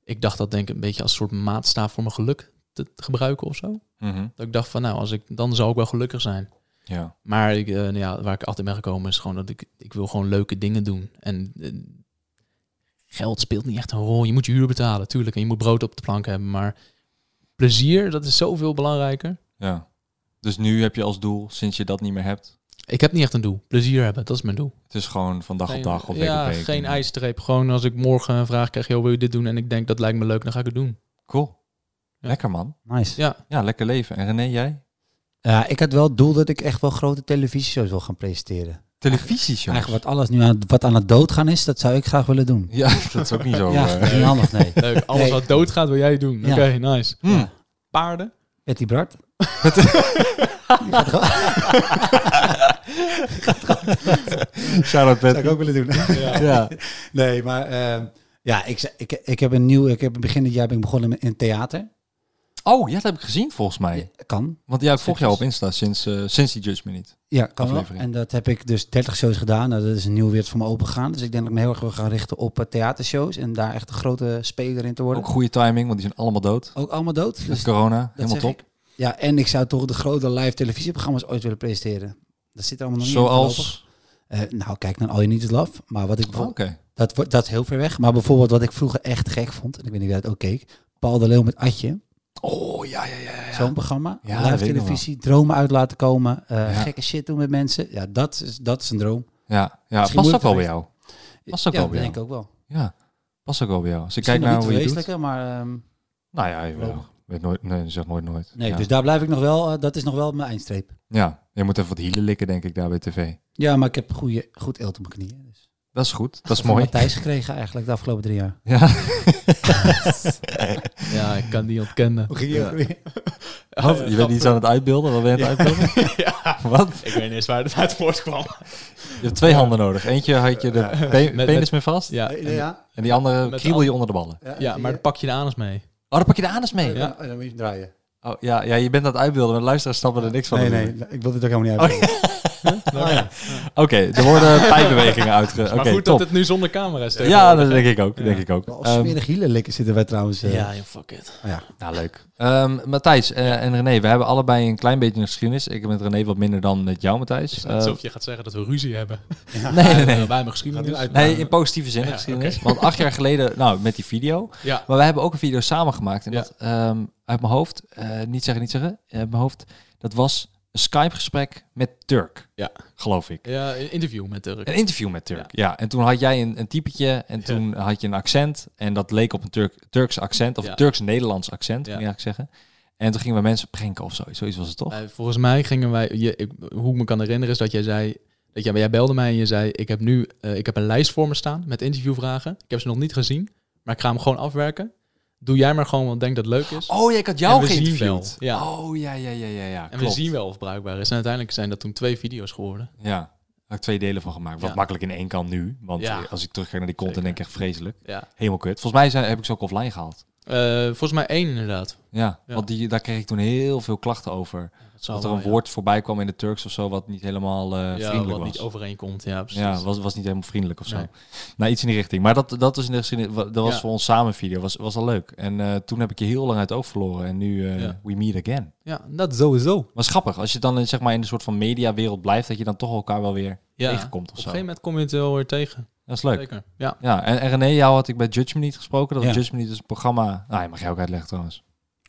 Speaker 3: ik dacht dat denk ik een beetje als soort maatstaaf voor mijn geluk te te gebruiken of zo.
Speaker 2: Mhm.
Speaker 3: Dat ik dacht van, nou, als ik, dan zal ik wel gelukkig zijn.
Speaker 2: Ja.
Speaker 3: Maar ik, eh, nou ja, waar ik achter ben gekomen is gewoon dat ik, ik wil gewoon leuke dingen doen. En eh, geld speelt niet echt een rol. Je moet je huur betalen, tuurlijk. En je moet brood op de plank hebben. Maar plezier, dat is zoveel belangrijker.
Speaker 2: ja. Dus nu heb je als doel, sinds je dat niet meer hebt,
Speaker 3: Ik heb niet echt een doel. Plezier hebben, dat is mijn doel.
Speaker 2: het is gewoon van dag
Speaker 3: Geen-
Speaker 2: op dag of week
Speaker 3: ja,
Speaker 2: op week.
Speaker 3: geen
Speaker 2: En-
Speaker 3: ijsstreep. Gewoon als ik morgen een vraag krijg, joh, wil je dit doen? En ik denk, dat lijkt me leuk, dan ga ik het doen.
Speaker 2: Cool.
Speaker 3: Ja.
Speaker 2: Lekker man.
Speaker 4: Nice.
Speaker 3: Ja.
Speaker 2: Ja, lekker leven. En René, jij?
Speaker 4: Ja, ik had wel het doel dat ik echt wel grote televisieshows wil gaan presenteren.
Speaker 2: Televisieshows.
Speaker 4: Eigenlijk wat alles nu aan, wat aan het doodgaan is, dat zou ik graag willen doen.
Speaker 2: Ja, dat is ook niet zo.
Speaker 4: ja,
Speaker 2: eh.
Speaker 4: dat is niet handig, Oh, nee.
Speaker 3: Leuk, alles
Speaker 4: Nee.
Speaker 3: wat doodgaat wil jij doen.
Speaker 4: Ja.
Speaker 3: Oké, nice.
Speaker 2: Hmm.
Speaker 3: Paarden?
Speaker 4: Betty Bart.
Speaker 2: Shout-out Betty.
Speaker 4: ook willen doen.
Speaker 2: Ja.
Speaker 4: Nee, maar ehm, ja, ik, z- ik, ik heb een nieuw, ik heb begin dit jaar ben ik begonnen met- in theater.
Speaker 2: Oh, ja, dat heb ik gezien volgens mij.
Speaker 4: Kan.
Speaker 2: Want ja, ik volg jou op Insta sinds, eh, sinds die Judge Me Niet.
Speaker 4: Ja, kan wel.
Speaker 2: Aflevering.
Speaker 4: En dat heb ik dus 30 shows gedaan. Nou, dat is een nieuw wereld voor me opengegaan. Dus ik denk dat ik me heel erg wil gaan richten op eh, theatershows. En daar echt een grote speler in te worden.
Speaker 2: Ook goede timing, want die zijn allemaal dood.
Speaker 4: Ook allemaal dood. Dus
Speaker 2: Dus corona,
Speaker 4: dat
Speaker 2: helemaal
Speaker 4: zeg
Speaker 2: top.
Speaker 4: ik. Ja, en ik zou toch de grote live televisieprogramma's ooit willen presenteren. Dat zit er allemaal nog niet in voorlopig.
Speaker 2: Zoals...
Speaker 4: Eh, nou, kijk naar All You Need Is Love. Maar wat ik
Speaker 2: Oh, Oké.
Speaker 4: bijvoorbeeld- dat, wordt- dat is heel ver weg. Maar bijvoorbeeld wat ik vroeger echt gek vond, en ik weet niet wie dat ook keek, Paul de Leeuw met Atje.
Speaker 2: Oh, ja, ja, ja. ja.
Speaker 4: Zo'n programma.
Speaker 2: Ja, dat
Speaker 4: live
Speaker 2: weet ik nog
Speaker 4: televisie, dromen uit laten komen, eh,
Speaker 2: Ja.
Speaker 4: gekke shit doen met mensen. Ja, dat is, dat is een droom.
Speaker 2: Ja, ja
Speaker 4: Misschien
Speaker 2: past ook
Speaker 4: moeilijk
Speaker 2: wel bij
Speaker 4: geweest.
Speaker 2: jou. Past ook
Speaker 4: ja,
Speaker 2: wel
Speaker 4: dat
Speaker 2: bij
Speaker 4: denk ik
Speaker 2: jou.
Speaker 4: ook wel.
Speaker 2: Ja, past ook wel bij jou. Als ik
Speaker 4: Misschien
Speaker 2: kijk naar
Speaker 4: nog
Speaker 2: hoe
Speaker 4: niet
Speaker 2: je doet...
Speaker 4: wezenlijke, maar ehm,
Speaker 2: Nou ja, je weet, weet nooit, nee, je zegt nooit nooit.
Speaker 4: nee,
Speaker 2: ja.
Speaker 4: dus daar blijf ik nog wel. eh, dat is nog wel mijn eindstreep.
Speaker 2: ja, je moet even wat hielen likken, denk ik, daar bij tv.
Speaker 4: Ja, maar ik heb goede, goed eelt op mijn knieën. Dus.
Speaker 2: Dat is goed. Dat is
Speaker 4: Van
Speaker 2: mooi.
Speaker 4: Matthijs gekregen eigenlijk de afgelopen drie jaar.
Speaker 2: Ja.
Speaker 3: Ja, ik kan die ontkennen.
Speaker 4: Ja.
Speaker 2: Wat? Je bent iets aan het uitbeelden. Wat ben je aan het uitbeelden?
Speaker 3: ja,
Speaker 2: Wat?
Speaker 3: ik weet niet eens waar het uit voort kwam.
Speaker 2: Je hebt twee handen nodig. Eentje had je de pe-
Speaker 3: met-
Speaker 2: penis mee vast.
Speaker 3: Ja,
Speaker 5: Ja,
Speaker 3: en-
Speaker 5: ja,
Speaker 2: En die andere
Speaker 3: Met
Speaker 2: kriebel je onder de ballen.
Speaker 5: ja,
Speaker 3: ja, maar dan pak je de anus mee.
Speaker 2: Oh, dan pak je de anus mee.
Speaker 3: Ja.
Speaker 5: En dan moet je hem draaien.
Speaker 2: Oh, ja, ja, je bent aan het uitbeelden. Maar de luisteraars snappen er niks van.
Speaker 5: Nee, nee,
Speaker 2: natuurlijk.
Speaker 5: ik wil dit ook helemaal niet
Speaker 4: Oh,
Speaker 5: uit.
Speaker 3: Oh,
Speaker 2: Oké, er worden pijbewegingen uitge... Oké,
Speaker 3: maar goed
Speaker 2: top.
Speaker 3: dat het nu zonder camera is.
Speaker 2: Ja, dat denk ik ook. Denk ik ook.
Speaker 5: Als
Speaker 2: Ehm,
Speaker 5: smerig hielen likken zitten wij trouwens. eh,
Speaker 3: Ja, fuck it.
Speaker 5: nou ja.
Speaker 2: Nou, leuk. Ehm, Matthijs eh, en René, we hebben allebei een klein beetje een geschiedenis. Ik heb met René wat minder dan met jou, Matthijs. Eh,
Speaker 3: Alsof je gaat zeggen dat we ruzie hebben.
Speaker 2: nee, nee,
Speaker 3: Wij
Speaker 2: nee.
Speaker 3: hebben geschiedenis.
Speaker 5: Gaat nu
Speaker 2: Nee, in positieve zin een
Speaker 3: Ja,
Speaker 2: geschiedenis. Want acht jaar geleden, nou, met die video.
Speaker 3: Ja,
Speaker 2: Maar wij hebben ook een video samen gemaakt. En
Speaker 3: Ja.
Speaker 2: dat ehm, uit mijn hoofd, eh, niet zeggen, niet zeggen, uit mijn hoofd, dat was een Skype-gesprek met Turk.
Speaker 3: Ja.
Speaker 2: Geloof ik.
Speaker 3: ja, een interview met Turk.
Speaker 2: Een interview met Turk, ja. En toen had jij een, een typetje en
Speaker 3: Ja.
Speaker 2: toen had je een accent. En dat leek op een Turk, Turks accent, of
Speaker 3: Ja.
Speaker 2: Turks-Nederlands accent,
Speaker 3: Ja.
Speaker 2: moet ik eigenlijk zeggen. En toen gingen we mensen prenken of zo. Zoiets was het toch?
Speaker 3: Eh, volgens mij gingen wij, je, ik, hoe ik me kan herinneren is dat jij zei, dat jij, jij belde mij en je zei, ik heb nu eh, ik heb een lijst voor me staan met interviewvragen. Ik heb ze nog niet gezien, maar ik ga hem gewoon afwerken. Doe jij maar gewoon wat denk dat leuk is.
Speaker 2: Oh, ja, ik had
Speaker 3: En
Speaker 2: jou
Speaker 3: we zien
Speaker 2: geïnterviewd.
Speaker 3: wel. Ja.
Speaker 2: Oh, ja, ja, ja, ja, ja.
Speaker 3: en we
Speaker 2: klopt.
Speaker 3: zien wel of het bruikbaar is. En uiteindelijk zijn dat toen twee video's geworden.
Speaker 2: Ja, daar heb ik twee delen van gemaakt. Wat
Speaker 3: Ja.
Speaker 2: makkelijk in één kan nu. Want
Speaker 3: Ja.
Speaker 2: eh, als ik terugkijk naar die content, denk ik echt vreselijk.
Speaker 3: Ja.
Speaker 2: Helemaal kut. Volgens mij zijn, heb ik ze ook offline gehaald.
Speaker 3: Eh, volgens mij één inderdaad.
Speaker 2: Ja,
Speaker 3: Ja.
Speaker 2: want die, daar kreeg ik toen heel veel klachten over.
Speaker 3: Dat, zou
Speaker 2: Dat er
Speaker 3: wel,
Speaker 2: een
Speaker 3: ja.
Speaker 2: woord voorbij kwam in de Turks of zo, wat niet helemaal eh,
Speaker 3: ja,
Speaker 2: vriendelijk
Speaker 3: wat
Speaker 2: was.
Speaker 3: niet overeenkomt. Ja, precies.
Speaker 2: Ja, was, was niet helemaal vriendelijk of zo.
Speaker 3: Nee.
Speaker 2: Nou, iets in die richting. Maar dat, dat, is in de, geschiedenis- wa- dat was
Speaker 3: Ja.
Speaker 2: voor ons samen een video. Was, was al leuk. En eh, toen heb ik je heel lang uit het oog verloren. En nu eh,
Speaker 3: Ja.
Speaker 2: we meet again.
Speaker 3: ja dat sowieso.
Speaker 2: Maar het is grappig. Als je dan in, zeg maar, in een soort van mediawereld blijft, dat je dan toch elkaar wel weer
Speaker 3: Ja.
Speaker 2: tegenkomt
Speaker 3: Op
Speaker 2: of
Speaker 3: een
Speaker 2: zo.
Speaker 3: gegeven moment kom je het wel weer tegen.
Speaker 2: Dat is leuk.
Speaker 3: Zeker. Ja.
Speaker 2: Ja, en, en René, jou had ik bij Judge Me niet gesproken. Dat
Speaker 4: Ja.
Speaker 2: Judge Me niet is een programma... Nou, je mag jij ook uitleggen trouwens.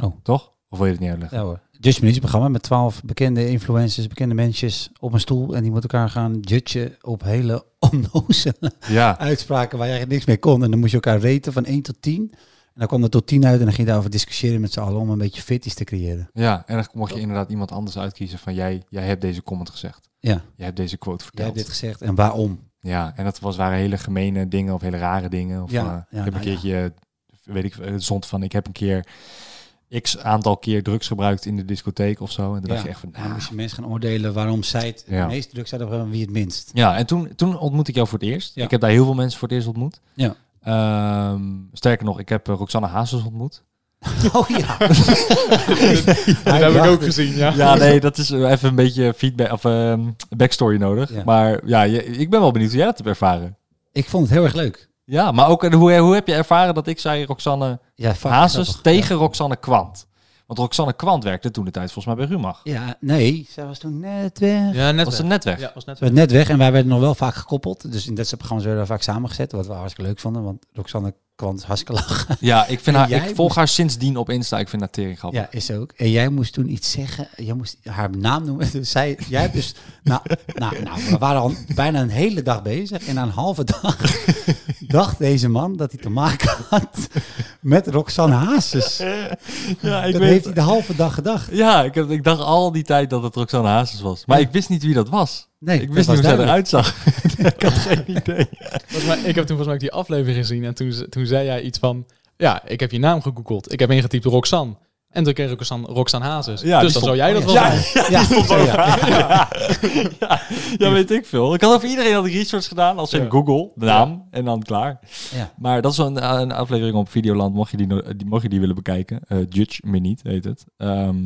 Speaker 4: Oh.
Speaker 2: Toch? Of wil je het niet uitleggen?
Speaker 4: Ja hoor. Judge Me is een programma met twaalf bekende influencers, bekende mensjes op een stoel. En die moeten elkaar gaan judgen op hele onnozele
Speaker 2: Ja.
Speaker 4: uitspraken waar je eigenlijk niks mee kon. En dan moest je elkaar raten van 1 tot 10. En dan kwam er tot 10 uit en dan ging je daarover discussiëren met z'n allen om een beetje fitties te creëren.
Speaker 2: Ja, en dan mocht je inderdaad iemand anders uitkiezen van... Jij, jij hebt deze comment gezegd.
Speaker 4: Ja.
Speaker 2: Jij hebt deze quote
Speaker 4: Jij
Speaker 2: verteld.
Speaker 4: hebt dit gezegd en waarom?
Speaker 2: Ja, en dat was, waren hele gemene dingen of hele rare dingen. Of,
Speaker 4: Ja,
Speaker 2: eh,
Speaker 4: ja,
Speaker 2: ik heb
Speaker 4: nou
Speaker 2: een keertje, eh, weet ik, eh, zond van, ik heb een keer x aantal keer drugs gebruikt in de discotheek of zo. En toen dacht je echt van,
Speaker 4: dan
Speaker 2: "Ah."
Speaker 4: moest je mensen gaan oordelen waarom zij het
Speaker 2: Ja.
Speaker 4: meest druk zouden hebben en wie het minst.
Speaker 2: Ja, en toen, toen ontmoette ik jou voor het eerst.
Speaker 4: Ja.
Speaker 2: Ik heb daar heel veel mensen voor het eerst ontmoet.
Speaker 4: Ja.
Speaker 2: Ehm, sterker nog, ik heb eh, Roxanne Hazes ontmoet.
Speaker 4: Oh ja.
Speaker 3: Dat heb ik ook gezien, ja.
Speaker 2: Ja, nee, dat is eh, even een beetje feedback of ehm, backstory nodig.
Speaker 4: Ja.
Speaker 2: Maar ja, je- ik ben wel benieuwd hoe jij dat hebt ervaren.
Speaker 4: Ik vond het heel erg leuk.
Speaker 2: Ja, maar ook eh, hoe, hoe heb je ervaren dat ik zei Roxanne
Speaker 4: Ja, fucking
Speaker 2: Hazes
Speaker 4: grappig.
Speaker 2: tegen Roxanne Kwant. Want Roxanne Kwant werkte toen de tijd volgens mij bij Rumach.
Speaker 4: Ja. Ja, nee. Zij was toen net weg.
Speaker 3: Ja, net
Speaker 2: was
Speaker 3: wel.
Speaker 2: een netweg.
Speaker 3: Ja, was net
Speaker 4: Ze werd net weg en wij werden nog wel vaak gekoppeld. Dus in dat soort programma's werden we vaak samengezet. Wat we hartstikke leuk vonden, want Roxanne kwam dus hartstikke lachen.
Speaker 2: Ja, ik, vind
Speaker 4: En
Speaker 2: haar,
Speaker 4: jij
Speaker 2: ik volg
Speaker 4: moest-
Speaker 2: haar sindsdien op Insta. Ik vind haar tering grappig.
Speaker 4: Ja, is ze ook. En jij moest toen iets zeggen. Jij moest haar naam noemen. Dus zij, jij hebt dus... Nou, nou, nou, we waren al bijna een hele dag bezig. En na een halve dag dacht deze man dat hij te maken had met Roxanne Hazes.
Speaker 2: Ja,
Speaker 4: dat heeft hij de halve dag gedacht.
Speaker 2: Ja, ik, heb, ik dacht al die tijd dat het Roxanne Hazes was. Maar ik wist niet wie dat was.
Speaker 4: Nee,
Speaker 2: ik
Speaker 4: dat
Speaker 2: wist
Speaker 4: was
Speaker 2: niet hoe zij
Speaker 4: duidelijk.
Speaker 2: eruit zag. ik had geen idee.
Speaker 3: Volgens mij, ik heb toen volgens mij ook die aflevering gezien en toen, ze- toen zei jij iets van... Ja, ik heb je naam gegoogeld. Ik heb ingetypt Roxanne. En toen kreeg ik Roxanne, Roxanne Hazes.
Speaker 2: Ja, die
Speaker 3: dus dan
Speaker 2: stond-
Speaker 3: zou jij dat wel
Speaker 2: Ja,
Speaker 3: zijn.
Speaker 4: Ja, zo, ja.
Speaker 2: Ja, ja, weet ik veel. Ik had over iedereen had ik research gedaan, als in
Speaker 3: Ja.
Speaker 2: Google, de naam, en dan klaar.
Speaker 4: Ja.
Speaker 2: Maar dat is wel een, een aflevering op Videoland, mocht je die, no- die, mocht je die willen bekijken. Eh, Judge me niet, heet het. Ehm,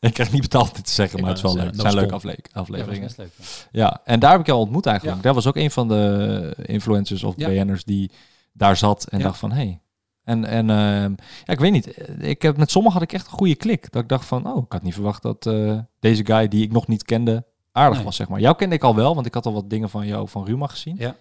Speaker 2: ik krijg niet betaald dit te zeggen,
Speaker 3: Ik
Speaker 2: maar het is wel
Speaker 3: wou
Speaker 2: leuk. Het
Speaker 3: net
Speaker 2: zijn
Speaker 3: zeggen,
Speaker 2: leuke afle- afleveringen.
Speaker 4: leuk.
Speaker 2: Ja, en daar heb ik jou ontmoet eigenlijk. Daar was ook een van de influencers of
Speaker 4: Ja.
Speaker 2: BN'ers die daar zat en
Speaker 4: Ja.
Speaker 2: dacht van, hé. Hey. En, en ehm, ja, ik weet niet, ik heb, met sommigen had ik echt een goede klik. Dat ik dacht van, oh, ik had niet verwacht dat eh, deze guy die ik nog niet kende aardig
Speaker 4: Nee.
Speaker 2: was, zeg maar. Jou kende ik al wel, want ik had al wat dingen van jou, van Ruma gezien.
Speaker 4: Ja.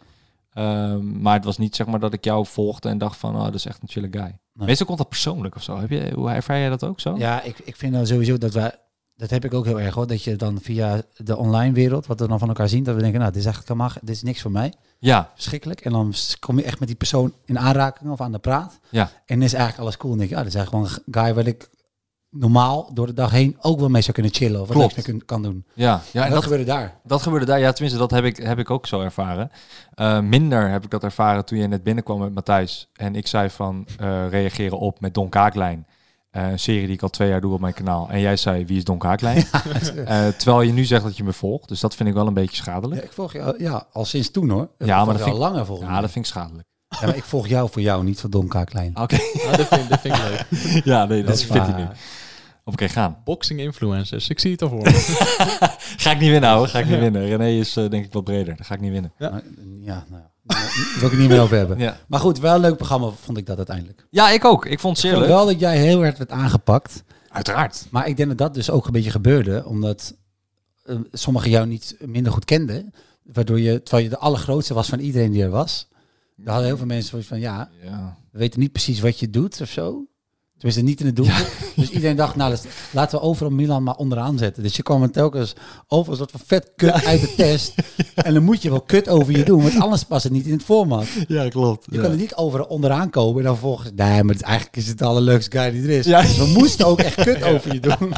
Speaker 2: Ehm, maar het was niet zeg maar dat ik jou volgde en dacht van, oh, dat is echt een chille guy.
Speaker 4: Nee.
Speaker 2: Meestal komt dat persoonlijk of zo. Heb je, hoe ervaar jij dat ook zo?
Speaker 4: Ja, ik, ik vind dan sowieso dat wij... Dat heb ik ook heel erg hoor. Dat je dan via de online wereld, wat we dan van elkaar zien, dat we denken, nou, dit is eigenlijk helemaal, dit is niks voor mij.
Speaker 2: Ja,
Speaker 4: Verschrikkelijk. En dan s- kom je echt met die persoon in aanraking of aan de praat.
Speaker 2: Ja.
Speaker 4: En is eigenlijk alles cool. En denk je, ah, dit is eigenlijk gewoon een g- guy waar ik normaal door de dag heen ook wel mee zou kunnen chillen. Of wat
Speaker 2: Klopt.
Speaker 4: leuks mee kun- kan doen.
Speaker 2: Ja, ja
Speaker 4: En
Speaker 2: en
Speaker 4: dat
Speaker 2: dat,
Speaker 4: gebeurde daar.
Speaker 2: dat gebeurde daar. Ja, tenminste, dat heb ik, heb ik ook zo ervaren. Eh, minder heb ik dat ervaren toen je net binnenkwam met Matthijs. En ik zei van eh, reageren op met Don Kaaklijn. Eh, een serie die ik al twee jaar doe op mijn kanaal. En jij zei, wie is Don Kaaklijn? Eh, terwijl je nu zegt dat je me volgt. Dus dat vind ik wel een beetje
Speaker 4: Ja,
Speaker 2: schadelijk.
Speaker 4: ik volg jou ja, al sinds toen hoor. Ik
Speaker 2: Ja, maar
Speaker 4: volg
Speaker 2: dat
Speaker 4: jou
Speaker 2: vind
Speaker 4: al
Speaker 2: ik-
Speaker 4: langer volgens
Speaker 2: Ja,
Speaker 4: mij.
Speaker 2: dat vind ik schadelijk.
Speaker 4: Ja, maar ik volg jou voor jou, niet voor Don K. Klein.
Speaker 2: Oké.
Speaker 3: Ah, dat, vind, dat vind ik leuk.
Speaker 2: ja, nee, dat is fit
Speaker 4: waar.
Speaker 2: nu. Oké, gaan.
Speaker 3: Boxing influencers, ik zie het al voor me.
Speaker 2: Ga ik niet winnen, ouwe. Ga ik niet winnen. René is eh, denk ik wat breder. Dat ga ik niet winnen.
Speaker 3: Ja.
Speaker 4: Maar, Ja, nou, daar wil ik het niet meer over hebben.
Speaker 2: Ja,
Speaker 4: Maar goed, wel een leuk programma vond ik dat uiteindelijk.
Speaker 2: ja ik ook. Ik vond het
Speaker 4: Ik
Speaker 2: zeer
Speaker 4: vond
Speaker 2: leuk.
Speaker 4: wel dat jij heel hard werd aangepakt.
Speaker 2: Uiteraard.
Speaker 4: Maar ik denk dat dat dus ook een beetje gebeurde, omdat eh, sommigen jou niet minder goed kenden. Waardoor je, terwijl je de allergrootste was van iedereen die er was. Er hadden heel veel mensen zoiets van, ja,
Speaker 2: Ja.
Speaker 4: we weten niet precies wat je doet of zo. Tenminste, niet in het doel. Dus iedereen dacht, nou, dus laten we overal Milan maar onderaan zetten. Dus je kwam er telkens over een soort van vet kut uit de test. En dan moet je wel kut over je doen, want anders past het niet in het format.
Speaker 2: ja, klopt.
Speaker 4: Je kan er niet overal onderaan komen en dan volgens... Nee, maar het- eigenlijk is het de allerleukste guy die er is.
Speaker 2: Ja.
Speaker 4: Dus we moesten ook echt kut over je doen.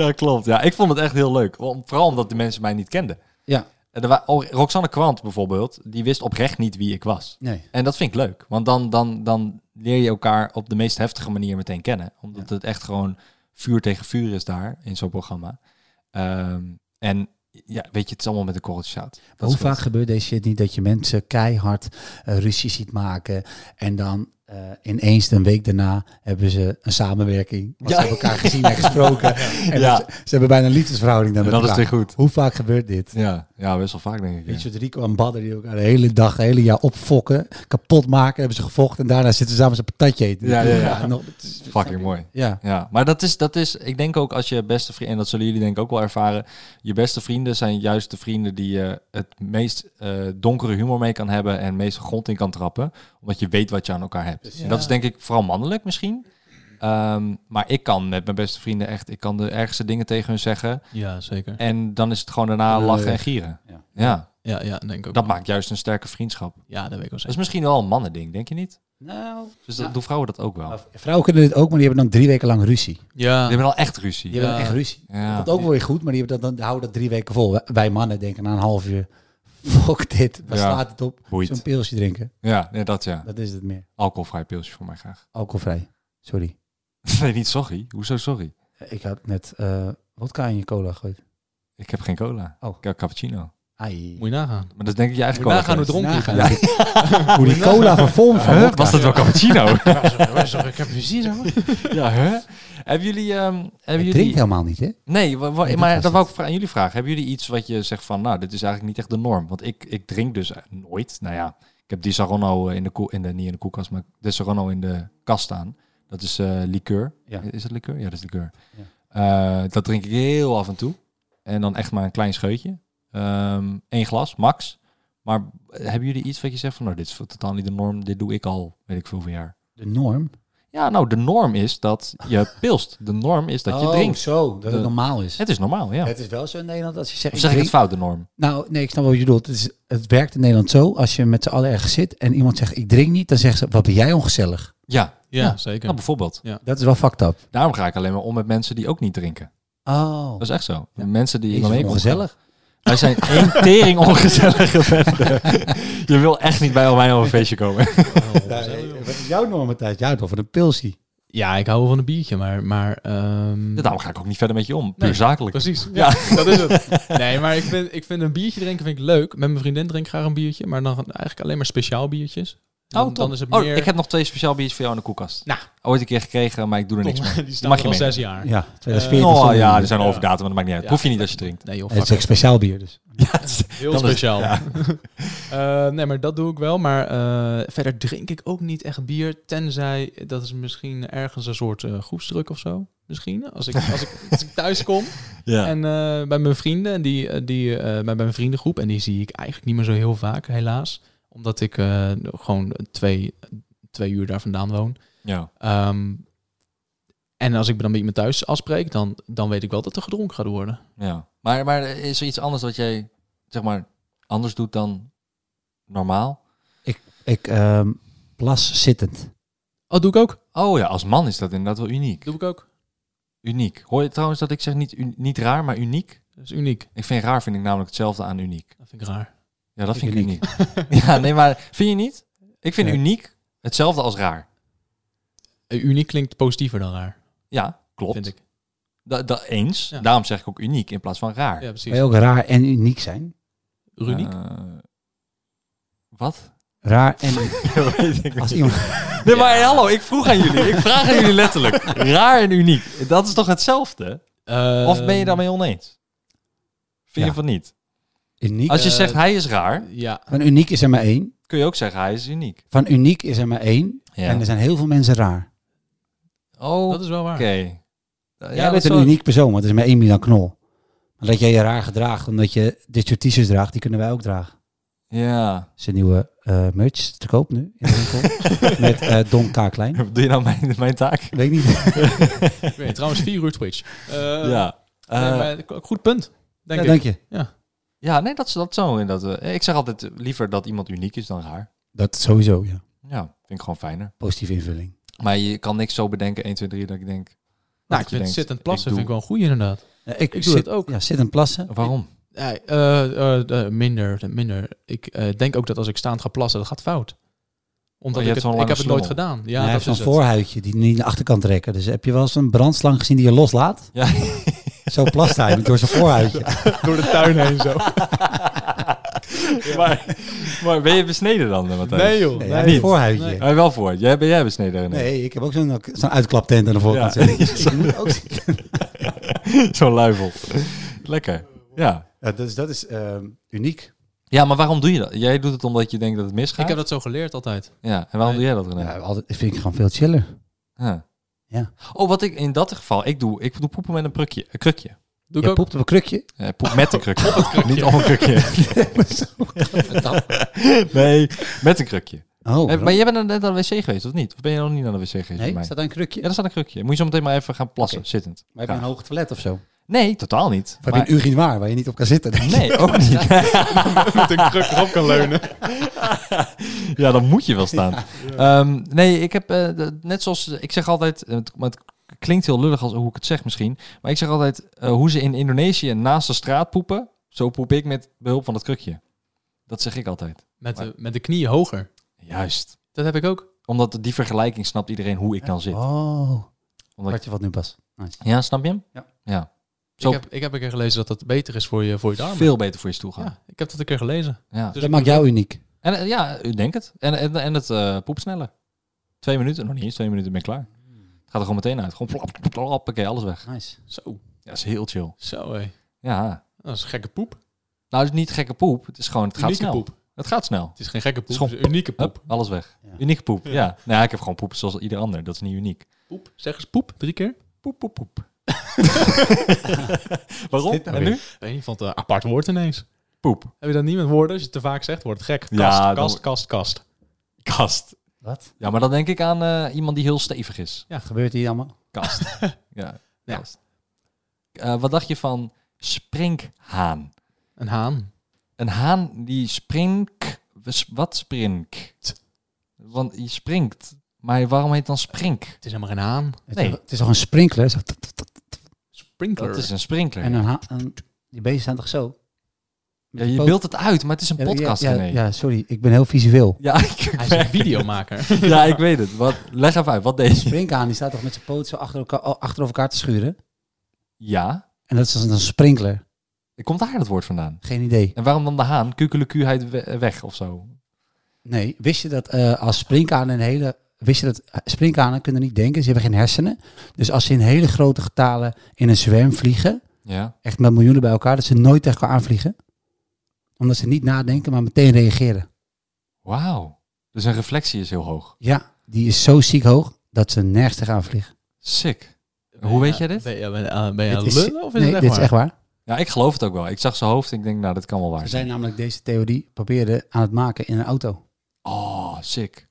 Speaker 2: Ja, klopt. Ja, ik vond het echt heel leuk. Om- Vooral omdat de mensen mij niet kenden.
Speaker 4: Ja,
Speaker 2: En Er wa- oh, Roxanne Kwant bijvoorbeeld, die wist oprecht niet wie ik was.
Speaker 4: nee.
Speaker 2: En dat vind ik leuk. Want dan, dan, dan leer je elkaar op de meest heftige manier meteen kennen. Omdat het echt gewoon vuur tegen vuur is daar in zo'n programma. Ehm, en ja, weet je, het is allemaal met een korreltje zout. Dat
Speaker 4: Maar hoe
Speaker 2: scheelt.
Speaker 4: vaak gebeurt deze shit niet dat je mensen keihard eh, ruzie ziet maken en dan eh, ineens een week daarna hebben ze een samenwerking. Want
Speaker 2: Ja.
Speaker 4: ze hebben elkaar gezien en gesproken. En
Speaker 2: Ja.
Speaker 4: dat ze, ze hebben bijna een liefdesverhouding dan
Speaker 2: En
Speaker 4: met
Speaker 2: dat is
Speaker 4: elkaar.
Speaker 2: weer goed.
Speaker 4: Hoe vaak gebeurt dit?
Speaker 2: Ja, ja, best wel vaak denk ik. ja.
Speaker 4: Weet je, wat, Rico en Badder die elkaar de hele dag, de hele jaar opfokken, kapot maken, hebben ze gevochten en daarna zitten ze samen een patatje eten.
Speaker 2: Ja, ja, ja.
Speaker 4: en nog- het is-
Speaker 2: Fucking mooi.
Speaker 4: ja.
Speaker 2: Ja, maar dat is, dat is, ik denk ook als je beste vrienden, en dat zullen jullie denk ik ook wel ervaren, je beste vrienden zijn juist de vrienden die je het meest eh, donkere humor mee kan hebben en het meest de grond in kan trappen, omdat je weet wat je aan elkaar hebt. En dat is denk ik vooral mannelijk misschien. Ehm, maar ik kan met mijn beste vrienden echt, ik kan de ergste dingen tegen hun zeggen
Speaker 3: Ja, zeker.
Speaker 2: en dan is het gewoon daarna
Speaker 4: Eh,
Speaker 2: lachen en gieren.
Speaker 4: ja.
Speaker 2: Ja.
Speaker 3: Ja, ja, denk ik ook.
Speaker 2: dat maakt juist een sterke vriendschap.
Speaker 3: Ja, dat weet ik wel
Speaker 2: Dat is
Speaker 3: zeker.
Speaker 2: misschien wel een mannending, denk je niet?
Speaker 4: Nou,
Speaker 2: Dus dat
Speaker 4: Ja.
Speaker 2: doen vrouwen dat ook wel.
Speaker 4: maar Nou, vrouwen kunnen dit ook, maar die hebben dan drie weken lang ruzie.
Speaker 2: Die
Speaker 3: Ja,
Speaker 2: hebben al echt
Speaker 4: Die
Speaker 2: ruzie.
Speaker 4: hebben dan
Speaker 3: Ja.
Speaker 4: echt ruzie.
Speaker 2: Ja.
Speaker 4: Dat ook wel weer goed, maar die, hebben dat, dan houden dat drie weken vol. Wij- Wij mannen denken na een half uur, fuck dit, waar
Speaker 2: Ja.
Speaker 4: slaat het op?
Speaker 2: Boeit.
Speaker 4: Zo'n pilsje drinken,
Speaker 2: Ja, nee, dat ja.
Speaker 4: dat is het meer.
Speaker 2: Alcoholvrij pilsje voor mij graag.
Speaker 4: Alcoholvrij, sorry.
Speaker 2: Nee, niet sorry. Hoezo sorry?
Speaker 4: Ik had net eh vodka in je cola gegooid.
Speaker 2: Ik heb geen cola.
Speaker 4: Oh.
Speaker 2: Ik heb cappuccino.
Speaker 4: Ai.
Speaker 3: moet je nagaan.
Speaker 2: Maar dat is denk ik je eigen
Speaker 3: Moet je
Speaker 2: cola.
Speaker 3: nagaan hoe
Speaker 2: geweest.
Speaker 3: dronken je
Speaker 4: Nagaan.
Speaker 3: bent.
Speaker 4: Hoe die cola vervormt van
Speaker 2: Huh?
Speaker 4: vodka.
Speaker 2: Was dat wel cappuccino?
Speaker 3: Ik heb plezier, zo.
Speaker 2: ja, hè? Hebben jullie... ehm, hebben
Speaker 4: Hij
Speaker 2: jullie...
Speaker 4: drinkt helemaal niet, hè?
Speaker 2: Nee, wa- wa-
Speaker 4: Nee, dat
Speaker 2: maar
Speaker 4: was
Speaker 2: dat wou ik
Speaker 4: het.
Speaker 2: vra- aan jullie vragen. Hebben jullie iets wat je zegt van, nou, dit is eigenlijk niet echt de norm? Want ik, ik drink dus eh, nooit. Nou ja, ik heb Di Saronno eh, in de, koel- in de, niet in de koelkast, maar Di Saronno in de kast staan. Dat is eh liqueur.
Speaker 4: Ja.
Speaker 2: Is dat liqueur? Ja, dat is liqueur. Eh, dat drink ik heel af en toe. En dan echt maar een klein scheutje. Eén glas, max. Maar eh, hebben jullie iets wat je zegt van, nou, dit is totaal niet de norm. Dit doe ik al, weet ik veel, van jaar.
Speaker 4: De norm.
Speaker 2: Ja, nou, de norm is dat je pilst. De norm is dat je
Speaker 4: oh,
Speaker 2: drinkt.
Speaker 4: zo, dat het
Speaker 2: De-
Speaker 4: normaal is.
Speaker 2: Het is normaal, ja.
Speaker 4: Het is wel zo in Nederland als je zegt...
Speaker 2: Of zeg ik
Speaker 4: drink-
Speaker 2: het fout, de norm?
Speaker 4: Nou, nee, ik snap wat je bedoelt. Het, is, het werkt in Nederland zo, als je met z'n allen ergens zit en iemand zegt ik drink niet, dan zegt ze, wat ben jij ongezellig?
Speaker 2: Ja,
Speaker 3: Ja,
Speaker 2: Ja.
Speaker 3: zeker.
Speaker 2: nou, bijvoorbeeld.
Speaker 4: Dat is wel fucked up.
Speaker 2: Daarom ga ik alleen maar om met mensen die ook niet drinken.
Speaker 4: Oh,
Speaker 2: Dat is echt zo. Mensen die...
Speaker 4: die is
Speaker 2: waarmee ik
Speaker 4: ongezellig.
Speaker 2: omga. Wij zijn één tering ongezellige venten. Je wil echt niet bij al mij op een feestje komen.
Speaker 4: eh, wat is jouw norm, Matthijs? Jouw norm van een pilsie.
Speaker 3: Ja, ik hou wel van een biertje, maar... maar ehm,
Speaker 2: Ja, Daarom ga ik ook niet verder met je om. Puur
Speaker 3: Nee.
Speaker 2: zakelijk.
Speaker 3: Precies, ja, dat is het. Nee, maar ik vind, ik vind een biertje drinken vind ik leuk. Met mijn vriendin drink ik graag een biertje, maar dan eigenlijk alleen maar speciaal biertjes. Dan,
Speaker 2: Oh,
Speaker 3: dan
Speaker 2: top.
Speaker 3: is het
Speaker 2: Oh,
Speaker 3: meer...
Speaker 2: ik heb nog twee speciaal biertjes voor jou in de koelkast.
Speaker 3: Nou.
Speaker 2: Ooit een keer gekregen, maar ik doe er niks mee.
Speaker 3: Die staan
Speaker 2: Mag
Speaker 3: er
Speaker 2: je
Speaker 3: al
Speaker 2: mee?
Speaker 3: zes jaar.
Speaker 4: Ja, 2014.
Speaker 3: 2014
Speaker 2: Oh
Speaker 4: stond
Speaker 2: ja,
Speaker 4: hij.
Speaker 2: die zijn al
Speaker 3: Ja.
Speaker 2: over datum, maar dat maakt niet uit.
Speaker 3: Ja.
Speaker 2: Hoef je niet als je drinkt.
Speaker 3: Nee joh,
Speaker 4: Het is
Speaker 3: fuck
Speaker 4: ook
Speaker 3: it.
Speaker 4: speciaal bier dus.
Speaker 3: Heel
Speaker 2: Dan is-
Speaker 3: speciaal. Eh, nee, maar dat doe ik wel. Maar eh, verder drink ik ook niet echt bier. Tenzij dat is misschien ergens een soort eh, groepsdruk of zo. Misschien. Als ik, als ik, als ik thuis kom
Speaker 2: Ja.
Speaker 3: en eh, bij mijn vrienden. En die, eh, die, eh, bij bij mijn vriendengroep. En die zie ik eigenlijk niet meer zo heel vaak, helaas. Omdat ik eh, gewoon twee, twee uur daar vandaan woon.
Speaker 2: ja.
Speaker 3: Ehm, en als ik dan met iemand thuis afspreek, dan, dan weet ik wel dat er gedronken gaat worden.
Speaker 2: Ja. Maar, maar is er iets anders wat jij, zeg maar, anders doet dan normaal?
Speaker 4: Ik ehm, plas zittend.
Speaker 3: Oh, doe ik ook.
Speaker 2: Oh ja, als man is dat inderdaad wel uniek.
Speaker 3: Doe ik ook.
Speaker 2: Uniek. Hoor je trouwens dat ik zeg niet, u- niet raar, maar uniek?
Speaker 3: Dat is uniek.
Speaker 2: Ik vind raar vind ik namelijk hetzelfde aan uniek.
Speaker 3: Dat vind ik raar.
Speaker 2: Ja, dat
Speaker 4: Ik
Speaker 2: vind ik
Speaker 4: uniek.
Speaker 2: uniek. ja, nee, maar vind je niet? Ik vind
Speaker 5: Nee.
Speaker 2: uniek hetzelfde als raar.
Speaker 3: Eh, Uniek klinkt positiever dan raar,
Speaker 2: Ja, klopt.
Speaker 3: vind ik.
Speaker 2: Da- da- eens.
Speaker 3: Ja.
Speaker 2: Daarom zeg ik ook uniek in plaats van raar.
Speaker 3: Ja,
Speaker 4: Wil
Speaker 3: precies.
Speaker 4: je ook raar en uniek zijn?
Speaker 3: Uniek?
Speaker 2: Eh, wat?
Speaker 4: Raar en uniek.
Speaker 2: Ja, weet ik
Speaker 4: Als
Speaker 2: niet.
Speaker 4: iemand,
Speaker 2: Nee, maar hey, hallo, ik vroeg aan jullie. Ik vraag aan jullie letterlijk. Raar en uniek. Dat is toch hetzelfde?
Speaker 3: Eh,
Speaker 2: Of ben je daarmee oneens? Vind
Speaker 4: ja.
Speaker 2: je van niet?
Speaker 4: uniek.
Speaker 2: Als je
Speaker 3: eh,
Speaker 2: zegt hij is raar,
Speaker 3: Ja.
Speaker 4: Van uniek is er maar één.
Speaker 2: kun je ook zeggen hij is uniek.
Speaker 4: Van uniek is er maar één.
Speaker 2: Ja.
Speaker 4: En er zijn heel veel mensen raar.
Speaker 2: Oh,
Speaker 3: Dat is wel waar.
Speaker 2: oké. Ja,
Speaker 4: jij
Speaker 2: dat
Speaker 4: bent
Speaker 2: is
Speaker 4: een
Speaker 2: wel-
Speaker 4: uniek persoon, want er is maar één Milan Knol. Maar dat jij je raar gedraagt omdat je dit soort t-shirts draagt, die kunnen wij ook dragen.
Speaker 2: Ja.
Speaker 4: Zijn nieuwe eh merch is te koop nu in de winkel. Met eh, Don K. Klein.
Speaker 2: Doe je nou mijn, mijn taak?
Speaker 4: Weet ik niet.
Speaker 3: Ik weet het, trouwens, vier uur Twitch. Eh,
Speaker 2: ja.
Speaker 3: nee,
Speaker 2: Eh,
Speaker 3: maar k- goed punt, denk
Speaker 4: Ja,
Speaker 3: ik.
Speaker 4: dank je.
Speaker 2: ja, nee, dat is dat zo. Inderdaad. Eh, Ik zeg altijd eh, liever dat iemand uniek is dan raar.
Speaker 4: Dat sowieso, ja.
Speaker 2: Ja, vind ik gewoon fijner.
Speaker 4: Positieve invulling.
Speaker 2: Maar je kan niks zo bedenken, 1, 2, 3, dat ik denk...
Speaker 3: Nou,
Speaker 2: dat
Speaker 3: ik
Speaker 2: je
Speaker 3: vind
Speaker 2: denkt,
Speaker 3: zitten en plassen
Speaker 2: ik
Speaker 3: vind ik
Speaker 2: doe-
Speaker 3: wel een goeie inderdaad.
Speaker 4: Eh, ik
Speaker 3: doe
Speaker 4: zit,
Speaker 3: het ook.
Speaker 4: Ja, zit en plassen.
Speaker 2: Waarom?
Speaker 3: Ja, eh, eh, eh, minder, minder. Ik eh, denk ook dat als ik staand ga plassen, dat gaat fout. Omdat
Speaker 2: Oh, je hebt
Speaker 3: ik, het,
Speaker 2: zo'n
Speaker 3: ik heb
Speaker 2: lange
Speaker 3: het nooit
Speaker 2: slungel.
Speaker 3: gedaan. Ja,
Speaker 4: Ja, hij
Speaker 3: dat is
Speaker 4: heeft zo'n
Speaker 3: het.
Speaker 4: voorhuidje die niet naar de achterkant trekken. Dus heb je wel eens een brandslang gezien die je loslaat?
Speaker 2: Ja.
Speaker 4: Zo plast hij door zijn voorhuidje.
Speaker 3: Door de tuin heen zo.
Speaker 2: maar, maar ben je besneden dan, eh, Matthijs?
Speaker 3: Nee joh.
Speaker 4: Nee,
Speaker 3: nee.
Speaker 4: hij
Speaker 2: niet.
Speaker 4: heeft een voorhuidje.
Speaker 3: Nee.
Speaker 2: Hij wel voor. Jij ben jij besneden, René?
Speaker 4: Nee, ik heb ook zo'n zo'n uitklaptent aan de voorkant
Speaker 2: Ja.
Speaker 4: zitten. Dus je moet ook zitten.
Speaker 2: Zo'n luifel. Lekker. Ja.
Speaker 5: Ja, dat is, dat is ehm, uniek.
Speaker 2: Ja, maar waarom doe je dat? Jij doet het omdat je denkt dat het misgaat?
Speaker 3: Ik heb dat zo geleerd altijd.
Speaker 2: Ja, en waarom doe jij
Speaker 3: Nee.
Speaker 2: dat, René?
Speaker 4: Ja, altijd, dat vind ik gewoon veel chiller.
Speaker 2: Ja.
Speaker 4: Ja.
Speaker 2: Oh, wat ik in dat geval... Ik doe, ik doe poepen met een, prukje, een krukje.
Speaker 3: Doe ik
Speaker 4: je
Speaker 3: ook.
Speaker 4: poept op een krukje.
Speaker 2: Eh, poep met een krukje. Niet om een krukje. nee, met een krukje.
Speaker 4: Oh,
Speaker 2: Eh, maar jij bent net naar de wc geweest, of niet? Of ben je nog niet naar de wc geweest bij
Speaker 4: nee,
Speaker 2: mij?
Speaker 4: staat daar een krukje?
Speaker 2: Ja, daar staat een krukje. Moet je zo meteen maar even gaan plassen,
Speaker 4: Oké.
Speaker 2: zittend.
Speaker 4: Maar heb je
Speaker 2: Graag.
Speaker 4: een hoog toilet of zo? Of
Speaker 2: Nee, totaal niet.
Speaker 4: heb je een urinoir waar je niet op kan zitten?
Speaker 2: Nee, ook niet.
Speaker 3: Met een kruk erop kan leunen.
Speaker 2: Ja, dan moet je wel staan. Ehm, nee, ik heb eh, de- net zoals ik zeg altijd, eh, het- maar het klinkt heel lullig als hoe ik het zeg misschien, maar ik zeg altijd eh, hoe ze in Indonesië naast de straat poepen, zo poep ik met behulp van dat krukje. Dat zeg ik altijd.
Speaker 3: Met de, met de knieën hoger.
Speaker 2: Juist.
Speaker 3: Dat heb ik ook.
Speaker 2: Omdat die vergelijking snapt iedereen hoe ik dan zit.
Speaker 4: Oh,
Speaker 2: Omdat
Speaker 4: wat je wat nu pas. Nice.
Speaker 2: ja, snap je hem?
Speaker 4: Ja.
Speaker 2: ja.
Speaker 3: Ik
Speaker 2: Zo
Speaker 3: heb, ik heb een keer gelezen dat dat beter is voor je, voor je darmen.
Speaker 2: veel beter voor je stoelgang. Ja.
Speaker 3: Ja, ik heb dat een keer gelezen. Dus
Speaker 4: dat
Speaker 3: ik
Speaker 4: maakt jou uniek.
Speaker 2: En eh, ja, ik denk het. En, en, en het eh poept sneller. Twee minuten, nog niet eens twee minuten, ben ik klaar. Het gaat er gewoon meteen uit. Gewoon plop, plop, plop, hoppakee, alles weg.
Speaker 4: Nice.
Speaker 3: Zo,
Speaker 2: Ja, is heel chill.
Speaker 3: zo hé.
Speaker 2: Ja.
Speaker 3: Dat is gekke poep.
Speaker 2: Nou, het is niet gekke poep. Het is gewoon, het gaat
Speaker 3: Unieke
Speaker 2: snel.
Speaker 3: poep.
Speaker 2: Het gaat snel.
Speaker 3: Het is geen gekke poep,
Speaker 2: Schop.
Speaker 3: het is een unieke poep.
Speaker 2: Hup, alles weg.
Speaker 4: Ja.
Speaker 2: Unieke poep, ja. Nou ja, ik heb gewoon poep zoals ieder ander. Dat is niet uniek.
Speaker 3: Poep, zeg eens poep, drie keer.
Speaker 2: Poep, poep, poep. Waarom?
Speaker 5: dit nou
Speaker 2: En
Speaker 5: weer?
Speaker 2: nu?
Speaker 3: Weet je, vond een apart woord ineens.
Speaker 2: Poep.
Speaker 3: Heb je dat niet met woorden? Als je het te vaak zegt, wordt het gek. Kast,
Speaker 2: Ja,
Speaker 3: kast,
Speaker 2: dan-
Speaker 3: kast, kast.
Speaker 2: Kast.
Speaker 4: Wat?
Speaker 2: Ja, maar dan denk ik aan eh, iemand die heel stevig is.
Speaker 4: Ja, gebeurt hier allemaal?
Speaker 2: Kast. ja,
Speaker 3: Ja.
Speaker 2: kast. Eh, wat dacht je van sprinkhaan?
Speaker 3: Een haan.
Speaker 2: Een haan die sprinkt... Wat sprinkt? Want die springt. Maar waarom heet dan sprink?
Speaker 3: Het is helemaal geen haan.
Speaker 2: Nee.
Speaker 4: Het is toch een sprinkler? Zo tut, tut, tut.
Speaker 3: Sprinkler.
Speaker 2: Dat is een sprinkler.
Speaker 4: En een ha- een- die beesten staan toch zo?
Speaker 2: Ja, je beeldt het uit, maar het is een
Speaker 4: Ja,
Speaker 2: podcast.
Speaker 4: ja, ja,
Speaker 2: René. Ja,
Speaker 4: ja, sorry. Ik ben heel visueel.
Speaker 2: ik,
Speaker 3: Hij is een videomaker.
Speaker 2: ja, ik weet het. Wat, leg even uit, wat deed je?
Speaker 4: Sprinkhaan, die staat toch met zijn poot zo achter elkaar, achter elkaar te schuren?
Speaker 2: Ja,
Speaker 4: En dat is als een sprinkler.
Speaker 2: komt daar dat woord vandaan?
Speaker 4: Geen idee.
Speaker 2: En waarom dan de haan? Kukeleku hij we- weg of zo?
Speaker 4: Nee, wist je dat eh, als sprinkhanen een hele... Wist je dat eh, sprinkhanen kunnen niet denken, ze hebben geen hersenen. Dus als ze in hele grote getalen in een zwerm vliegen,
Speaker 2: Ja.
Speaker 4: echt met miljoenen bij elkaar, dat ze nooit tegen elkaar aanvliegen. Omdat ze niet nadenken, maar meteen reageren.
Speaker 2: Wauw. Dus een reflectie is heel hoog.
Speaker 4: Ja, die is zo ziek hoog dat ze nergens tegenaan vliegen.
Speaker 2: Sick. Hoe weet jij dit?
Speaker 3: Ben je, ben je, ben je
Speaker 4: Dit
Speaker 3: aan
Speaker 4: is-
Speaker 3: lullen of is
Speaker 4: nee,
Speaker 3: het echt
Speaker 4: dit
Speaker 3: waar?
Speaker 4: is echt waar.
Speaker 2: Ja, ik geloof het ook wel. Ik zag zijn hoofd en ik denk, nou, dat kan wel waar
Speaker 4: Ze
Speaker 2: zijn.
Speaker 4: zijn namelijk deze theorie proberen aan het maken in een auto.
Speaker 2: Oh, sick.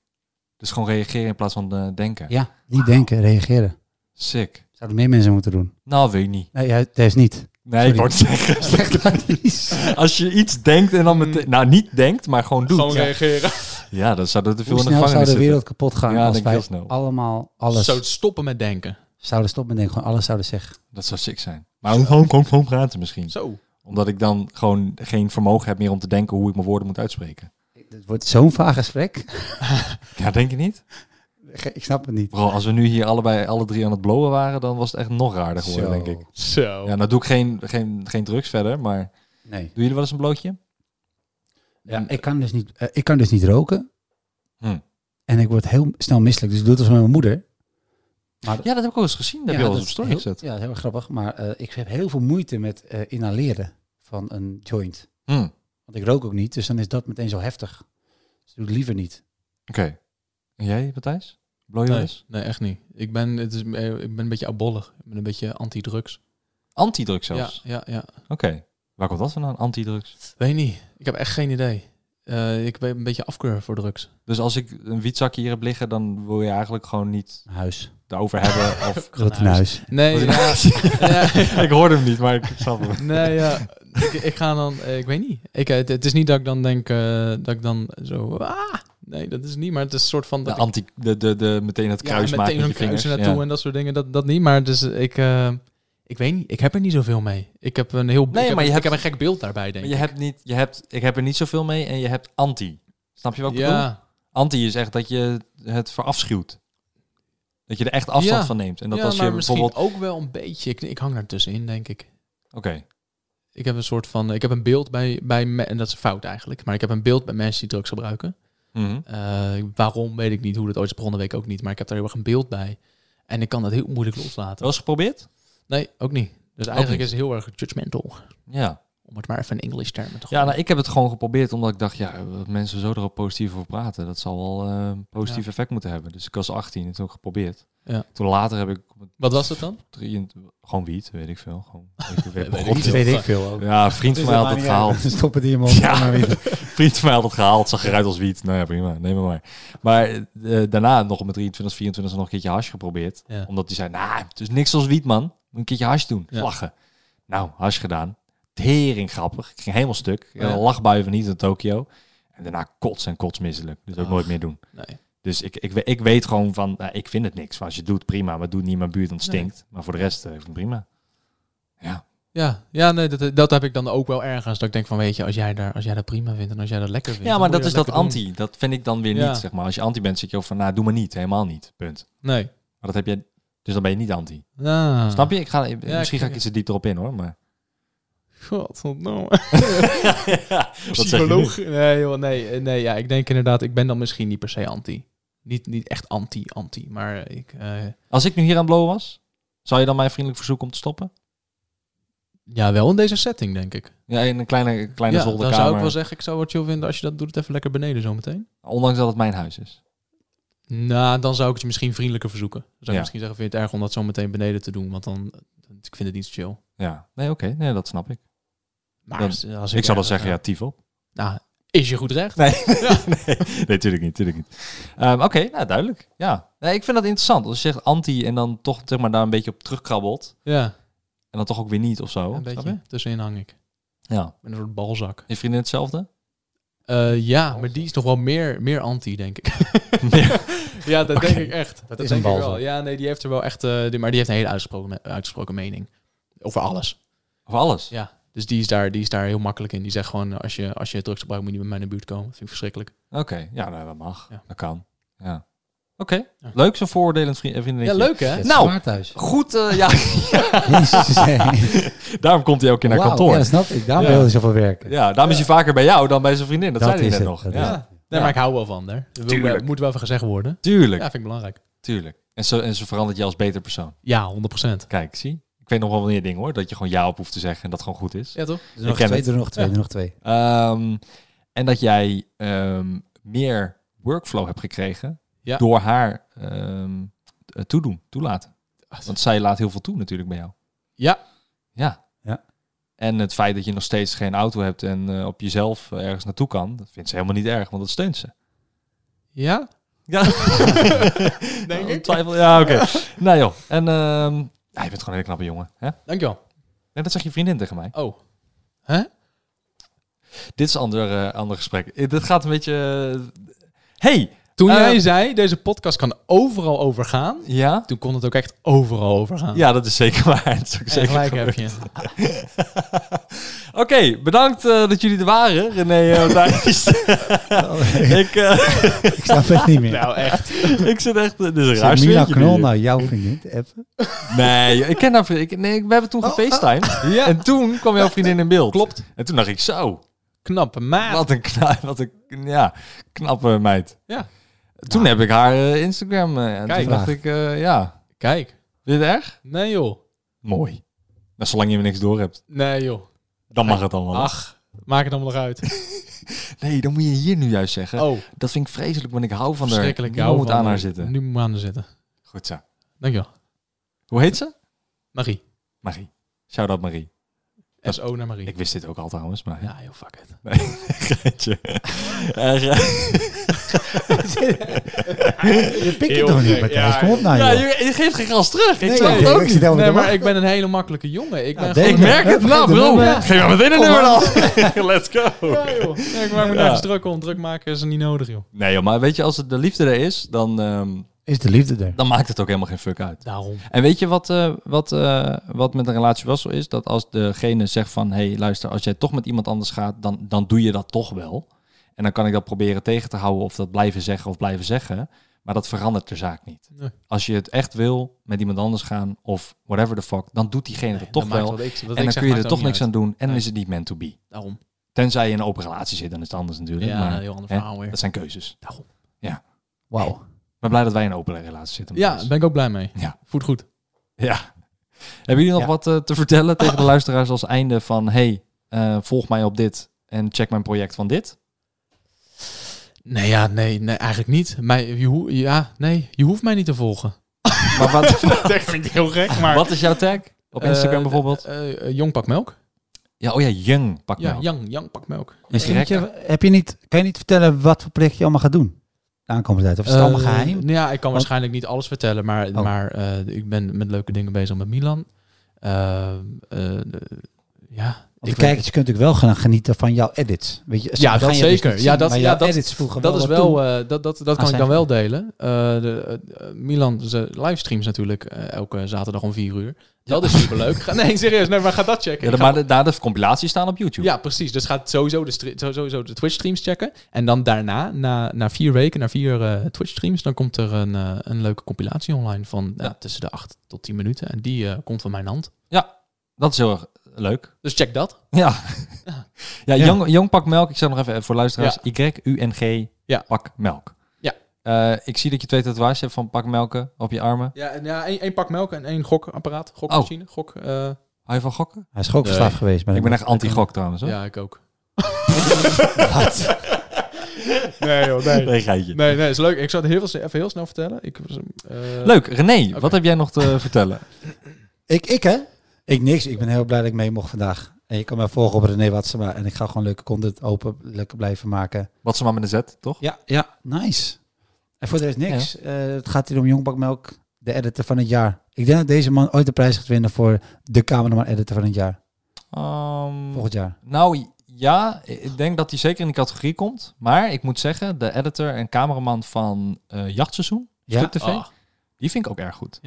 Speaker 2: Dus gewoon reageren in plaats van eh, denken.
Speaker 4: Ja, niet denken, reageren.
Speaker 2: Sick.
Speaker 4: Zouden meer mensen moeten doen.
Speaker 2: Nou, weet ik niet.
Speaker 4: Nee, ja, dat is niet.
Speaker 2: Nee, ik
Speaker 4: Sorry.
Speaker 2: wou het zeggen.
Speaker 4: Slecht advies.
Speaker 2: Als je iets denkt en dan meteen... Nou, niet denkt, maar gewoon doet.
Speaker 3: Gewoon
Speaker 2: Ja.
Speaker 3: reageren.
Speaker 2: Ja, dat zou er te veel
Speaker 4: Hoe
Speaker 2: in de
Speaker 4: snel
Speaker 2: gevangenis
Speaker 4: zou de
Speaker 2: zitten.
Speaker 4: wereld kapot gaan
Speaker 2: Ja,
Speaker 4: als
Speaker 2: denk ik
Speaker 4: wij
Speaker 2: heel snel.
Speaker 4: allemaal alles...
Speaker 3: Zo stoppen met denken.
Speaker 4: zouden stoppen en denk gewoon alles zouden zeggen.
Speaker 2: Dat zou sick zijn. Maar ook gewoon, gewoon, gewoon praten misschien.
Speaker 3: Zo.
Speaker 2: Omdat ik dan gewoon geen vermogen heb meer om te denken hoe ik mijn woorden moet uitspreken.
Speaker 4: Het wordt zo'n vaag gesprek.
Speaker 2: Ja, denk je niet?
Speaker 4: Ge- Ik snap het niet.
Speaker 2: Bro, als we nu hier allebei, alle drie aan het blowen waren, dan was het echt nog raarder geworden,
Speaker 4: Zo.
Speaker 2: denk ik.
Speaker 3: Zo.
Speaker 2: Ja, nou doe ik geen, geen, geen drugs verder, maar doen
Speaker 4: Nee.
Speaker 2: jullie wel eens een blootje?
Speaker 4: Ja, ik, kan dus niet, eh, ik kan dus niet roken.
Speaker 2: Hm.
Speaker 4: En ik word heel snel misselijk. Dus ik doe het als met mijn moeder.
Speaker 2: Ja, dat heb ik ook eens gezien. Dat heb je al eens op
Speaker 4: is
Speaker 2: story
Speaker 4: heel-
Speaker 2: gezet.
Speaker 4: Ja, dat is heel grappig. Maar eh, ik heb heel veel moeite met eh, inhaleren van een joint.
Speaker 2: Hm, Oké.
Speaker 4: Want ik rook ook niet, dus dan is dat meteen zo heftig. Dus ik doe het liever niet.
Speaker 2: En jij, Matthijs? Blow je wel
Speaker 3: Nee,
Speaker 2: eens?
Speaker 3: nee, echt niet. Ik ben, het is, eh, ik ben een beetje abollig. Ik ben een beetje anti-drugs.
Speaker 2: Antidrugs
Speaker 3: Ja,
Speaker 2: zelfs?
Speaker 3: ja, ja.
Speaker 2: Oké. Waar komt dat vandaan, antidrugs?
Speaker 3: Weet niet. Ik heb echt geen idee. Eh, ik ben een beetje afkeur voor drugs.
Speaker 2: Dus als ik een wietzakje hier heb liggen, dan wil je eigenlijk gewoon niet
Speaker 4: Een huis.
Speaker 2: daarover hebben. Of...
Speaker 4: Grotenhuis.
Speaker 3: Nee, ja, ja.
Speaker 2: ik hoorde hem niet, maar ik snap hem.
Speaker 3: nee, ja. Ik, ik ga dan, eh, ik weet niet. Ik, eh, het, het is niet dat ik dan denk eh, dat ik dan zo, ah, nee, dat is niet. Maar het is een soort van
Speaker 2: De
Speaker 3: dat
Speaker 2: anti, de, de, de, meteen het
Speaker 3: ik ja,
Speaker 2: kruis maken
Speaker 3: meteen
Speaker 2: met
Speaker 3: een
Speaker 2: je vingers.
Speaker 3: kruis naartoe en dat soort dingen, dat, dat niet. Maar dus ik, eh, ik weet niet. Ik heb er niet zoveel mee. Ik heb een heel,
Speaker 2: Nee,
Speaker 3: ik, heb,
Speaker 2: maar je
Speaker 3: ik
Speaker 2: hebt-
Speaker 3: heb een gek beeld daarbij denk
Speaker 2: Maar je
Speaker 3: ik.
Speaker 2: hebt niet, je hebt, ik heb er niet zoveel mee en je hebt anti. Snap je wat ik bedoel?
Speaker 3: ja.
Speaker 2: Anti is echt dat je het verafschuwt. Dat je er echt afstand
Speaker 3: Ja.
Speaker 2: van neemt. En dat
Speaker 3: ja,
Speaker 2: als je
Speaker 3: maar misschien
Speaker 2: bijvoorbeeld...
Speaker 3: ook wel een beetje. Ik, ik hang daar tussenin, denk ik.
Speaker 2: Oké,
Speaker 3: Ik heb een soort van, ik heb een beeld bij, bij me, en dat is fout eigenlijk, maar ik heb een beeld bij mensen die drugs gebruiken.
Speaker 2: mhm.
Speaker 3: Eh, waarom weet ik niet, hoe dat ooit is begonnen, weet ik ook niet, maar ik heb daar heel erg een beeld bij. En ik kan dat heel moeilijk loslaten.
Speaker 2: wel eens geprobeerd?
Speaker 3: Nee, ook niet. Dus eigenlijk
Speaker 2: niet.
Speaker 3: is het heel erg judgmental,
Speaker 2: Ja.
Speaker 3: om het maar even in English termen te
Speaker 2: ja,
Speaker 3: gooien.
Speaker 2: nou ik heb het gewoon geprobeerd omdat ik dacht, ja, dat mensen zo erop positief over praten, dat zal wel eh, een positief effect moeten hebben. Dus ik was 18 en toen heb ik geprobeerd.
Speaker 3: Ja.
Speaker 2: Toen later heb ik op
Speaker 3: Wat was het dan?
Speaker 2: 23 gewoon wiet, weet ik veel. Gewoon, weet ik, weet,
Speaker 3: Weet
Speaker 2: begon-
Speaker 3: ik veel.
Speaker 4: veel ook.
Speaker 2: ja, een vriend van mij had het gehaald.
Speaker 4: Stop het in je mond.
Speaker 2: Ja.
Speaker 4: Ja. Maar weer.
Speaker 2: Vriend van mij had het gehaald, zag eruit als wiet. Nou ja, prima, neem maar maar. Maar eh, daarna nog met 23, 24 nog een keertje hash geprobeerd.
Speaker 3: Ja.
Speaker 2: Omdat die zei, nou, het is niks als wiet, man. Moet een keertje hash doen,
Speaker 3: Ja.
Speaker 2: lachen. Nou, hash gedaan. Tering grappig. Ik ging helemaal stuk.
Speaker 3: Ja.
Speaker 2: Oh Ja. Lachbuien van niet in Tokio. En daarna kots en kotsmisselijk. Dus ook
Speaker 3: Ach.
Speaker 2: nooit meer doen.
Speaker 3: Nee.
Speaker 2: Dus ik, ik, we- ik weet gewoon van, nou, ik vind het niks. Maar als je het doet, prima. Maar doe het niet in mijn buurt, dan het
Speaker 3: Nee.
Speaker 2: stinkt. Maar voor de rest, eh, ik vind het prima. Ja,
Speaker 3: Ja, ja nee, dat, dat heb ik dan ook wel ergens. Dat ik denk van, weet je, als jij, daar, als jij dat prima vindt en als jij dat lekker vindt...
Speaker 2: ja
Speaker 3: dan
Speaker 2: maar
Speaker 3: moet je
Speaker 2: dat is dat
Speaker 3: lekker
Speaker 2: anti. Dat vind ik dan weer
Speaker 3: Ja.
Speaker 2: niet, zeg maar. Als je anti bent, zit je ook van, nou, doe maar niet. Helemaal niet, punt.
Speaker 3: doen. Nee.
Speaker 2: Maar dat heb je, dus dan ben je niet anti.
Speaker 3: Nou.
Speaker 2: Snap je? Ik ga,
Speaker 3: Ja,
Speaker 2: misschien
Speaker 3: ik-
Speaker 2: ga ik iets er dieper op in hoor. Maar
Speaker 3: God, wat nou?
Speaker 2: Wat zeg je nu?
Speaker 3: Psycholoog? Nee, joh, nee, eh, nee ja, ik denk inderdaad, ik ben dan misschien niet per se anti. Niet, niet echt anti-anti, maar ik... eh,
Speaker 2: Als ik nu hier aan het blowen was, zou je dan mij vriendelijk verzoeken om te stoppen?
Speaker 3: ja, wel in deze setting, denk ik.
Speaker 2: Ja, in een kleine, kleine
Speaker 3: ja, dan
Speaker 2: zolderkamer.
Speaker 3: zou ik wel zeggen, ik zou het chill vinden als je dat doet, het even lekker beneden zometeen.
Speaker 2: Ondanks dat het mijn huis is.
Speaker 3: Nou, dan zou ik het je misschien vriendelijker verzoeken. Dan zou ik
Speaker 2: Ja.
Speaker 3: misschien zeggen, vind je het erg om dat zometeen beneden te doen? Want dan, ik vind het niet chill.
Speaker 2: Ja, nee, oké. Nee, dat snap ik.
Speaker 3: Maar
Speaker 2: Dan-
Speaker 3: als, als
Speaker 2: ik zou dan
Speaker 3: ergens-
Speaker 2: zeggen, ja, tief op.
Speaker 3: Nou, is je goed recht?
Speaker 2: Nee, nee, nee, tuurlijk niet, tuurlijk niet. Ehm, Oké, nou duidelijk. Ja, nee, ik vind dat interessant. Als je zegt anti en dan toch zeg maar, daar een beetje op terugkrabbelt.
Speaker 3: Ja,
Speaker 2: En dan toch ook weer niet of zo.
Speaker 3: een
Speaker 2: snap
Speaker 3: beetje. Tussenin hang ik.
Speaker 2: je? Ja.
Speaker 3: Met een soort balzak.
Speaker 2: Je vriendin hetzelfde?
Speaker 3: Eh, ja, maar die is nog wel meer, meer anti, denk ik. ja, dat denk ik echt. Dat,
Speaker 4: is
Speaker 3: denk
Speaker 4: een
Speaker 3: ik wel.
Speaker 4: balzak.
Speaker 3: Ja, nee, die heeft er wel echt... eh, die- maar die heeft een hele uitgesproken, me- uitgesproken mening. Over alles.
Speaker 2: Of alles?
Speaker 3: Ja. Dus die is daar, die is daar heel makkelijk in. Die zegt gewoon, als je, als je drugs gebruikt, moet je niet bij mij in de buurt komen. Dat vind ik verschrikkelijk.
Speaker 2: Oké, ja, nou, dat mag.
Speaker 3: Ja.
Speaker 2: Dat kan. Ja. Oké,
Speaker 3: Ja.
Speaker 2: leuk zo'n voordelend vriend, eh, vriendinnetje.
Speaker 3: Ja, leuk hè?
Speaker 4: Het is
Speaker 2: Nou.
Speaker 4: zwaar thuis.
Speaker 2: Goed, eh, ja,
Speaker 4: Jezus, hey.
Speaker 2: daarom komt hij ook in naar
Speaker 4: Wauw,
Speaker 2: kantoor.
Speaker 4: Ja,
Speaker 2: Ja,
Speaker 4: dat snap ik. Daarom
Speaker 2: Ja.
Speaker 4: wil je zoveel werken.
Speaker 2: daarom is hij vaker bij jou dan bij zijn vriendin. Dat,
Speaker 4: Dat
Speaker 2: zei hij
Speaker 4: is
Speaker 2: net
Speaker 4: het,
Speaker 2: nog.
Speaker 4: dat
Speaker 2: Ja.
Speaker 4: is het.
Speaker 3: Nee,
Speaker 2: Ja.
Speaker 3: maar ik hou wel van haar. Dat wil-
Speaker 2: Tuurlijk.
Speaker 3: Moet wel even gezegd worden. Ja,
Speaker 2: Tuurlijk,
Speaker 3: vind ik belangrijk.
Speaker 2: tuurlijk. En ze, en ze verandert je als beter persoon.
Speaker 3: Ja, 100%.
Speaker 2: Kijk, zie? Ik weet nog wel wanneer dingen hoor, dat je gewoon ja op hoeft te zeggen en dat gewoon goed is.
Speaker 3: Ja, toch?
Speaker 4: Er Dus nog
Speaker 2: ken
Speaker 4: twee,
Speaker 2: het.
Speaker 4: er nog twee, er nog twee.
Speaker 2: Ehm, en dat jij ehm, meer workflow hebt gekregen
Speaker 3: Ja.
Speaker 2: door haar ehm, eh, toedoen, toelaten. Want zij laat heel veel toe natuurlijk bij jou.
Speaker 3: Ja.
Speaker 2: Ja.
Speaker 4: Ja.
Speaker 2: En het feit dat je nog steeds geen auto hebt en eh, op jezelf eh, ergens naartoe kan, dat vindt ze helemaal niet erg, want dat steunt ze.
Speaker 3: Ja?
Speaker 2: Ja,
Speaker 3: Denk ik.
Speaker 2: Oh, Twijfel, ja, oké. nou joh, en ehm, ja, je bent gewoon een hele knappe jongen. Hè?
Speaker 3: Dankjewel.
Speaker 2: En dat zegt je vriendin tegen mij.
Speaker 3: Oh.
Speaker 2: Dit is een ander, eh, ander gesprek. Eh, dit gaat een beetje... eh, hey,
Speaker 3: Toen
Speaker 2: Eh,
Speaker 3: jij zei, deze podcast kan overal overgaan.
Speaker 2: Ja?
Speaker 3: Toen kon het ook echt overal overgaan.
Speaker 2: Ja, dat is zeker waar. Dat is ook
Speaker 3: zeker.
Speaker 2: zeker
Speaker 3: Ah. Gelijk
Speaker 2: gebeurd.
Speaker 3: heb je.
Speaker 2: Oké, bedankt eh, dat jullie er waren, René eh Thijs. ik, eh,
Speaker 4: Oh, Ik snap het niet meer.
Speaker 3: Nou, echt.
Speaker 2: ik zit echt... Dit is een raar
Speaker 4: Zit Mila
Speaker 2: sfeertje bij
Speaker 4: Knol
Speaker 2: jullie.
Speaker 4: nou jouw vriendin te appen?
Speaker 2: Nee, joh, ik ken haar vriendin. ik- Nee, we hebben toen
Speaker 3: Oh,
Speaker 2: gefacetimed. En toen kwam jouw vriendin in beeld. Klopt. En toen dacht ik, zo,
Speaker 3: Knappe maat.
Speaker 2: wat een, kna wat een ja, knappe meid.
Speaker 3: Ja. Nou.
Speaker 2: Toen heb ik haar eh, Instagram eh, en
Speaker 3: Kijk.
Speaker 2: toen dacht ik, eh, ja,
Speaker 3: Kijk.
Speaker 2: vind je het erg?
Speaker 3: Nee joh.
Speaker 2: Mooi. Maar zolang je er niks door hebt,
Speaker 3: Nee joh.
Speaker 2: dan mag het allemaal.
Speaker 3: Ach, maak het allemaal nog uit.
Speaker 2: Nee, dan moet je hier nu juist zeggen.
Speaker 3: Oh,
Speaker 2: Dat vind ik vreselijk, want ik hou van haar.
Speaker 3: verschrikkelijk.
Speaker 2: Niemand
Speaker 3: hou
Speaker 2: moet
Speaker 3: van
Speaker 2: aan
Speaker 3: me.
Speaker 2: haar zitten.
Speaker 3: Nu moet ik aan haar zitten.
Speaker 2: Goed zo.
Speaker 3: Dankjewel.
Speaker 2: Hoe heet ze?
Speaker 3: Marie.
Speaker 2: Marie. Shout-out Marie. Dat-
Speaker 3: SO naar Marie.
Speaker 2: Ik wist dit ook al trouwens, maar...
Speaker 3: Ja joh, fuck it.
Speaker 2: Nee, geintje. Eh,
Speaker 4: Je pikt
Speaker 3: Heel
Speaker 4: het toch niet,
Speaker 3: gek,
Speaker 4: Matthijs?
Speaker 3: ja,
Speaker 4: Kom op nou,
Speaker 2: ja,
Speaker 4: joh.
Speaker 2: je, je geeft geen gas terug.
Speaker 4: Nee,
Speaker 2: ik snap
Speaker 4: ik-
Speaker 2: het ook
Speaker 4: ik
Speaker 2: niet.
Speaker 4: zit helemaal
Speaker 3: Nee,
Speaker 4: te
Speaker 3: maar
Speaker 4: wachten.
Speaker 3: ik ben een hele makkelijke jongen. Ik ben
Speaker 4: denk
Speaker 3: gewoon...
Speaker 2: Ik merk
Speaker 4: Ja,
Speaker 2: het. Nou,
Speaker 4: begint
Speaker 2: bro.
Speaker 4: te doen, hè?
Speaker 2: Geef maar meteen een nummer dan. Let's go.
Speaker 3: Ja, joh. Ja, ik maak me
Speaker 2: Ja.
Speaker 3: nergens druk om. Druk maken is niet nodig joh.
Speaker 2: Nee, joh, maar weet je, als het de liefde er is, dan, ehm,
Speaker 4: Is de liefde er?
Speaker 2: dan maakt het ook helemaal geen fuck uit.
Speaker 3: Daarom.
Speaker 2: En weet je wat, eh, wat, eh, wat met een relatie wel zo is? Dat als degene zegt van, hé, hey, luister, als jij toch met iemand anders gaat, dan, dan doe je dat toch wel. En dan kan ik dat proberen tegen te houden of dat blijven zeggen of blijven zeggen. Maar dat verandert de zaak niet.
Speaker 3: Nee.
Speaker 2: Als je het echt wil, met iemand anders gaan of whatever the fuck, dan doet diegene dat toch wel. en dan kun je er toch niks aan doen en dan
Speaker 3: Nee.
Speaker 2: is het niet meant to be.
Speaker 3: Daarom.
Speaker 2: Tenzij je in een open relatie zit, dan is het anders natuurlijk.
Speaker 3: Ja, een
Speaker 2: maar
Speaker 3: heel ander
Speaker 2: hè,
Speaker 3: verhaal weer.
Speaker 2: dat zijn keuzes.
Speaker 4: Wauw.
Speaker 2: Ik ben blij dat wij in een open relatie zitten.
Speaker 3: Ja,
Speaker 2: Matthijs.
Speaker 3: daar ben ik ook blij mee.
Speaker 2: Ja.
Speaker 3: Voelt goed.
Speaker 2: Ja. Hebben jullie nog
Speaker 4: Ja.
Speaker 2: wat eh, te vertellen tegen de luisteraars als einde van... hey, eh, volg mij op dit en check mijn project van dit?
Speaker 3: Nee, ja, nee, nee eigenlijk niet. Mij, je, hoe- ja, nee, je hoeft mij niet te volgen.
Speaker 2: Maar wat,
Speaker 3: Dat vind ik heel gek, maar...
Speaker 2: wat is jouw tag? Op Instagram bijvoorbeeld?
Speaker 3: Eh, jong pak melk.
Speaker 2: Eh, Ja, oh ja, Jung pak
Speaker 3: Ja,
Speaker 2: me
Speaker 3: Jang, Jang pak melk.
Speaker 4: Misschien moet
Speaker 2: Direct.
Speaker 4: je, heb je niet, kan je niet vertellen wat voor project je allemaal gaat doen? De aankomende tijd. Of is het allemaal
Speaker 3: Eh,
Speaker 4: geheim? Oh.
Speaker 3: nou Ja, ik kan waarschijnlijk niet alles vertellen, maar, maar eh, ik ben met leuke dingen bezig met Milan. Eh, eh, eh, ja,
Speaker 4: Want
Speaker 3: ik
Speaker 4: de kijkers kunnen natuurlijk wel gaan genieten van jouw edits. Weet je, ze
Speaker 3: Ja,
Speaker 4: gaan
Speaker 3: dat
Speaker 4: je edits
Speaker 3: zeker.
Speaker 4: niet
Speaker 3: Ja,
Speaker 4: zien,
Speaker 3: dat-
Speaker 4: maar
Speaker 3: ja,
Speaker 4: jouw
Speaker 3: dat-
Speaker 4: edits voegen
Speaker 3: Dat is
Speaker 4: wat toe.
Speaker 3: wel, eh, dat, dat, dat kan ik
Speaker 4: zijn
Speaker 3: dan wel delen. Eh, de, eh, Milan ze livestreams natuurlijk eh, elke zaterdag om 4 uur. Dat is superleuk. Ga- nee, serieus, nee, maar ga dat checken.
Speaker 2: Ja,
Speaker 3: Ik ga-
Speaker 2: maar de, daar de compilaties staan op YouTube.
Speaker 3: ja, precies. Dus ga sowieso de, stre- sowieso de Twitch streams checken. En dan daarna, na, na vier weken, na vier eh, Twitch streams, dan komt er een, eh, een leuke compilatie online van eh,
Speaker 2: Ja.
Speaker 3: tussen de 8 tot 10 minuten. En die eh, komt van mijn hand.
Speaker 2: Dat is heel erg leuk.
Speaker 3: Dus check dat.
Speaker 2: Ja. Ja,
Speaker 3: Ja.
Speaker 2: Jung, Jung pak melk. Ik zeg nog even eh, voor luisteraars. Y-U-N-G
Speaker 3: Ja.
Speaker 2: pak melk.
Speaker 3: Ja.
Speaker 2: Eh, ik zie dat je twee tatoeages hebt van pak melken op je armen.
Speaker 3: Ja, ja één, één pak melk en één gokapparaat. Gokmachine. Gok, eh,
Speaker 2: Hou je van gokken?
Speaker 4: Hij is ook verslaafd geweest. Maar
Speaker 2: Ik ben echt anti-gok trouwens. Hoor.
Speaker 3: ja, ik ook.
Speaker 4: Wat?
Speaker 3: Nee joh,
Speaker 2: Nee, geitje.
Speaker 3: Nee, nee, is leuk. Ik zou het heel, even heel snel vertellen. Ik, was, eh,
Speaker 2: Leuk, René, wat
Speaker 3: Oké.
Speaker 2: heb jij nog te vertellen?
Speaker 4: Ik, ik hè? Ik niks. Ik ben heel blij dat ik mee mocht vandaag. En je kan mij volgen op René Watsema. En ik ga gewoon leuke content open, lekker blijven maken.
Speaker 2: Wat ze maar met een Z, toch?
Speaker 4: Ja, ja. Nice. En voor de rest niks. Eh, het gaat hier om Jongbakmelk, de editor van het jaar. Ik denk dat deze man ooit de prijs gaat winnen voor de cameraman editor van het jaar.
Speaker 2: Ehm,
Speaker 4: Volgend jaar.
Speaker 2: nou ja, ik denk dat hij zeker in die categorie komt. Maar ik moet zeggen, de editor en cameraman van eh, Jachtseizoen,
Speaker 4: Ja?
Speaker 2: Stuk TV,
Speaker 3: Ah.
Speaker 2: die vind ik ook erg goed.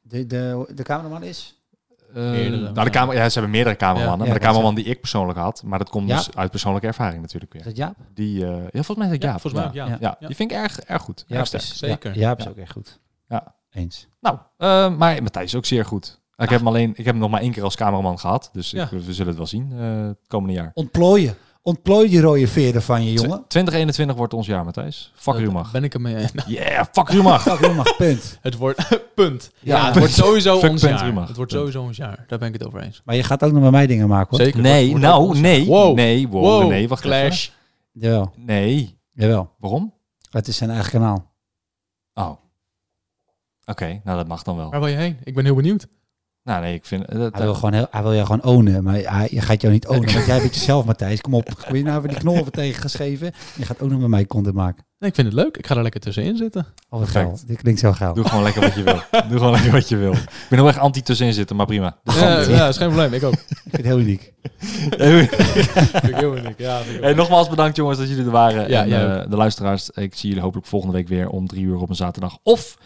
Speaker 4: De, de, de cameraman is?
Speaker 2: Eh,
Speaker 3: Meerdere,
Speaker 2: nou, de
Speaker 3: ja.
Speaker 2: kamer, ja, ze hebben meerdere cameramannen.
Speaker 4: Ja,
Speaker 2: maar de
Speaker 4: dat
Speaker 2: cameraman die ik persoonlijk had, maar dat komt
Speaker 4: Ja.
Speaker 2: dus uit persoonlijke ervaring natuurlijk
Speaker 4: Is
Speaker 2: weer.
Speaker 4: dat Jaap?
Speaker 2: Die, eh, ja, volgens mij is dat
Speaker 3: Ja,
Speaker 2: Jaap.
Speaker 3: volgens mij ook,
Speaker 2: ja.
Speaker 3: ja.
Speaker 4: Ja.
Speaker 2: Ja, die vind ik erg, erg goed. Erg sterk.
Speaker 4: is-
Speaker 3: zeker.
Speaker 4: Ja, Jaap is
Speaker 2: Ja.
Speaker 4: ook echt goed.
Speaker 2: Ja.
Speaker 4: Eens.
Speaker 2: Nou, eh, maar Matthijs is ook zeer goed.
Speaker 4: Ah.
Speaker 2: Ik heb hem alleen, ik heb hem nog maar één keer als cameraman gehad. Dus
Speaker 3: Ja.
Speaker 2: ik- we zullen het wel zien eh, het komende jaar.
Speaker 4: Ontplooien. Ontplooi die rode veren van je, jongen.
Speaker 2: Tw- 2021 wordt ons jaar, Matthijs. Fuck
Speaker 3: Dat
Speaker 2: Rumach.
Speaker 3: Ben ik ermee eens.
Speaker 2: Yeah, fuck Rumach.
Speaker 4: Fuck, jongen, punt.
Speaker 3: Het wordt punt. Ja,
Speaker 4: Ja.
Speaker 3: het wordt sowieso
Speaker 2: Fuck
Speaker 3: ons
Speaker 2: punt,
Speaker 3: jaar.
Speaker 2: Rumach.
Speaker 3: Het wordt
Speaker 2: Punt.
Speaker 3: sowieso ons jaar. Daar ben ik het over eens.
Speaker 4: Maar je gaat ook nog met mij dingen maken, hoor.
Speaker 3: Zeker.
Speaker 2: nee,
Speaker 3: Wordt- wordt
Speaker 2: nou,
Speaker 3: ons
Speaker 2: nee.
Speaker 3: jaar. Wow.
Speaker 2: Nee, wow,
Speaker 3: Wow.
Speaker 2: nee, wacht
Speaker 3: Clash.
Speaker 4: Jawel.
Speaker 2: even. Nee,
Speaker 4: Jawel.
Speaker 2: waarom?
Speaker 4: Het is zijn eigen kanaal.
Speaker 2: Oh. Oké, nou dat mag dan wel.
Speaker 3: Waar wil je heen? Ik ben heel benieuwd.
Speaker 2: Nou nee, ik vind... eh, dat-
Speaker 4: Hij wil, gewoon heel, hij wil jou gewoon ownen, maar hij, je gaat jou niet ownen. Want jij bent jezelf, Matthijs. Kom op. Wil je nou weer die knol even tegengeschreven? Je gaat ook nog met mij content maken.
Speaker 3: Nee, ik vind het leuk. Ik ga er lekker tussenin zitten.
Speaker 4: Oh, wat
Speaker 2: Perfect.
Speaker 4: geil. Dit klinkt zo geil.
Speaker 2: Doe gewoon lekker wat je wil. Doe gewoon lekker wat je wil. Ik ben heel erg anti tussenin zitten, maar prima.
Speaker 3: Ja, ja, is geen probleem. Ik ook.
Speaker 4: Ik vind het heel uniek.
Speaker 3: Vind ik heel uniek. Ja, vind ik
Speaker 2: Hey, nogmaals bedankt jongens dat jullie er waren.
Speaker 3: Ja,
Speaker 2: en,
Speaker 3: jij
Speaker 2: eh, de luisteraars, ik zie jullie hopelijk volgende week weer om drie uur op een zaterdag. Of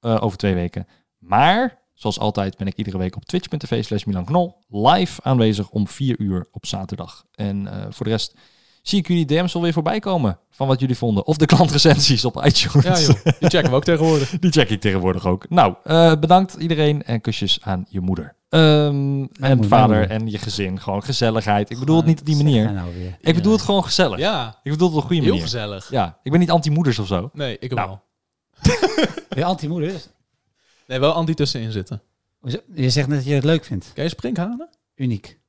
Speaker 2: eh, over twee weken. Maar, zoals altijd ben ik iedere week op twitch.tv slash Milan Knol live aanwezig om vier uur op zaterdag. En eh, voor de rest zie ik jullie DM's alweer voorbij komen van wat jullie vonden. Of de klantrecensies op iTunes.
Speaker 3: Ja joh, die checken we ook tegenwoordig.
Speaker 2: Die check ik tegenwoordig ook. Nou, eh, bedankt iedereen en kusjes aan je moeder. Ehm, en
Speaker 4: moeder, mijn
Speaker 2: vader
Speaker 4: moeder.
Speaker 2: en je gezin. Gewoon gezelligheid. Ik bedoel het niet op die manier.
Speaker 4: Nou weer.
Speaker 2: Ik bedoel het gewoon gezellig.
Speaker 3: Ja,
Speaker 2: Ik bedoel het op een goede
Speaker 3: heel
Speaker 2: manier.
Speaker 3: gezellig.
Speaker 2: Ja, ik ben niet anti-moeders of zo.
Speaker 3: Nee, ik ook
Speaker 2: Nou.
Speaker 3: wel.
Speaker 4: Je anti-moeder.
Speaker 3: Nee, wel anti tussenin zitten.
Speaker 4: Je zegt net dat je het leuk vindt.
Speaker 3: Kun je sprinkhanen?
Speaker 4: Uniek.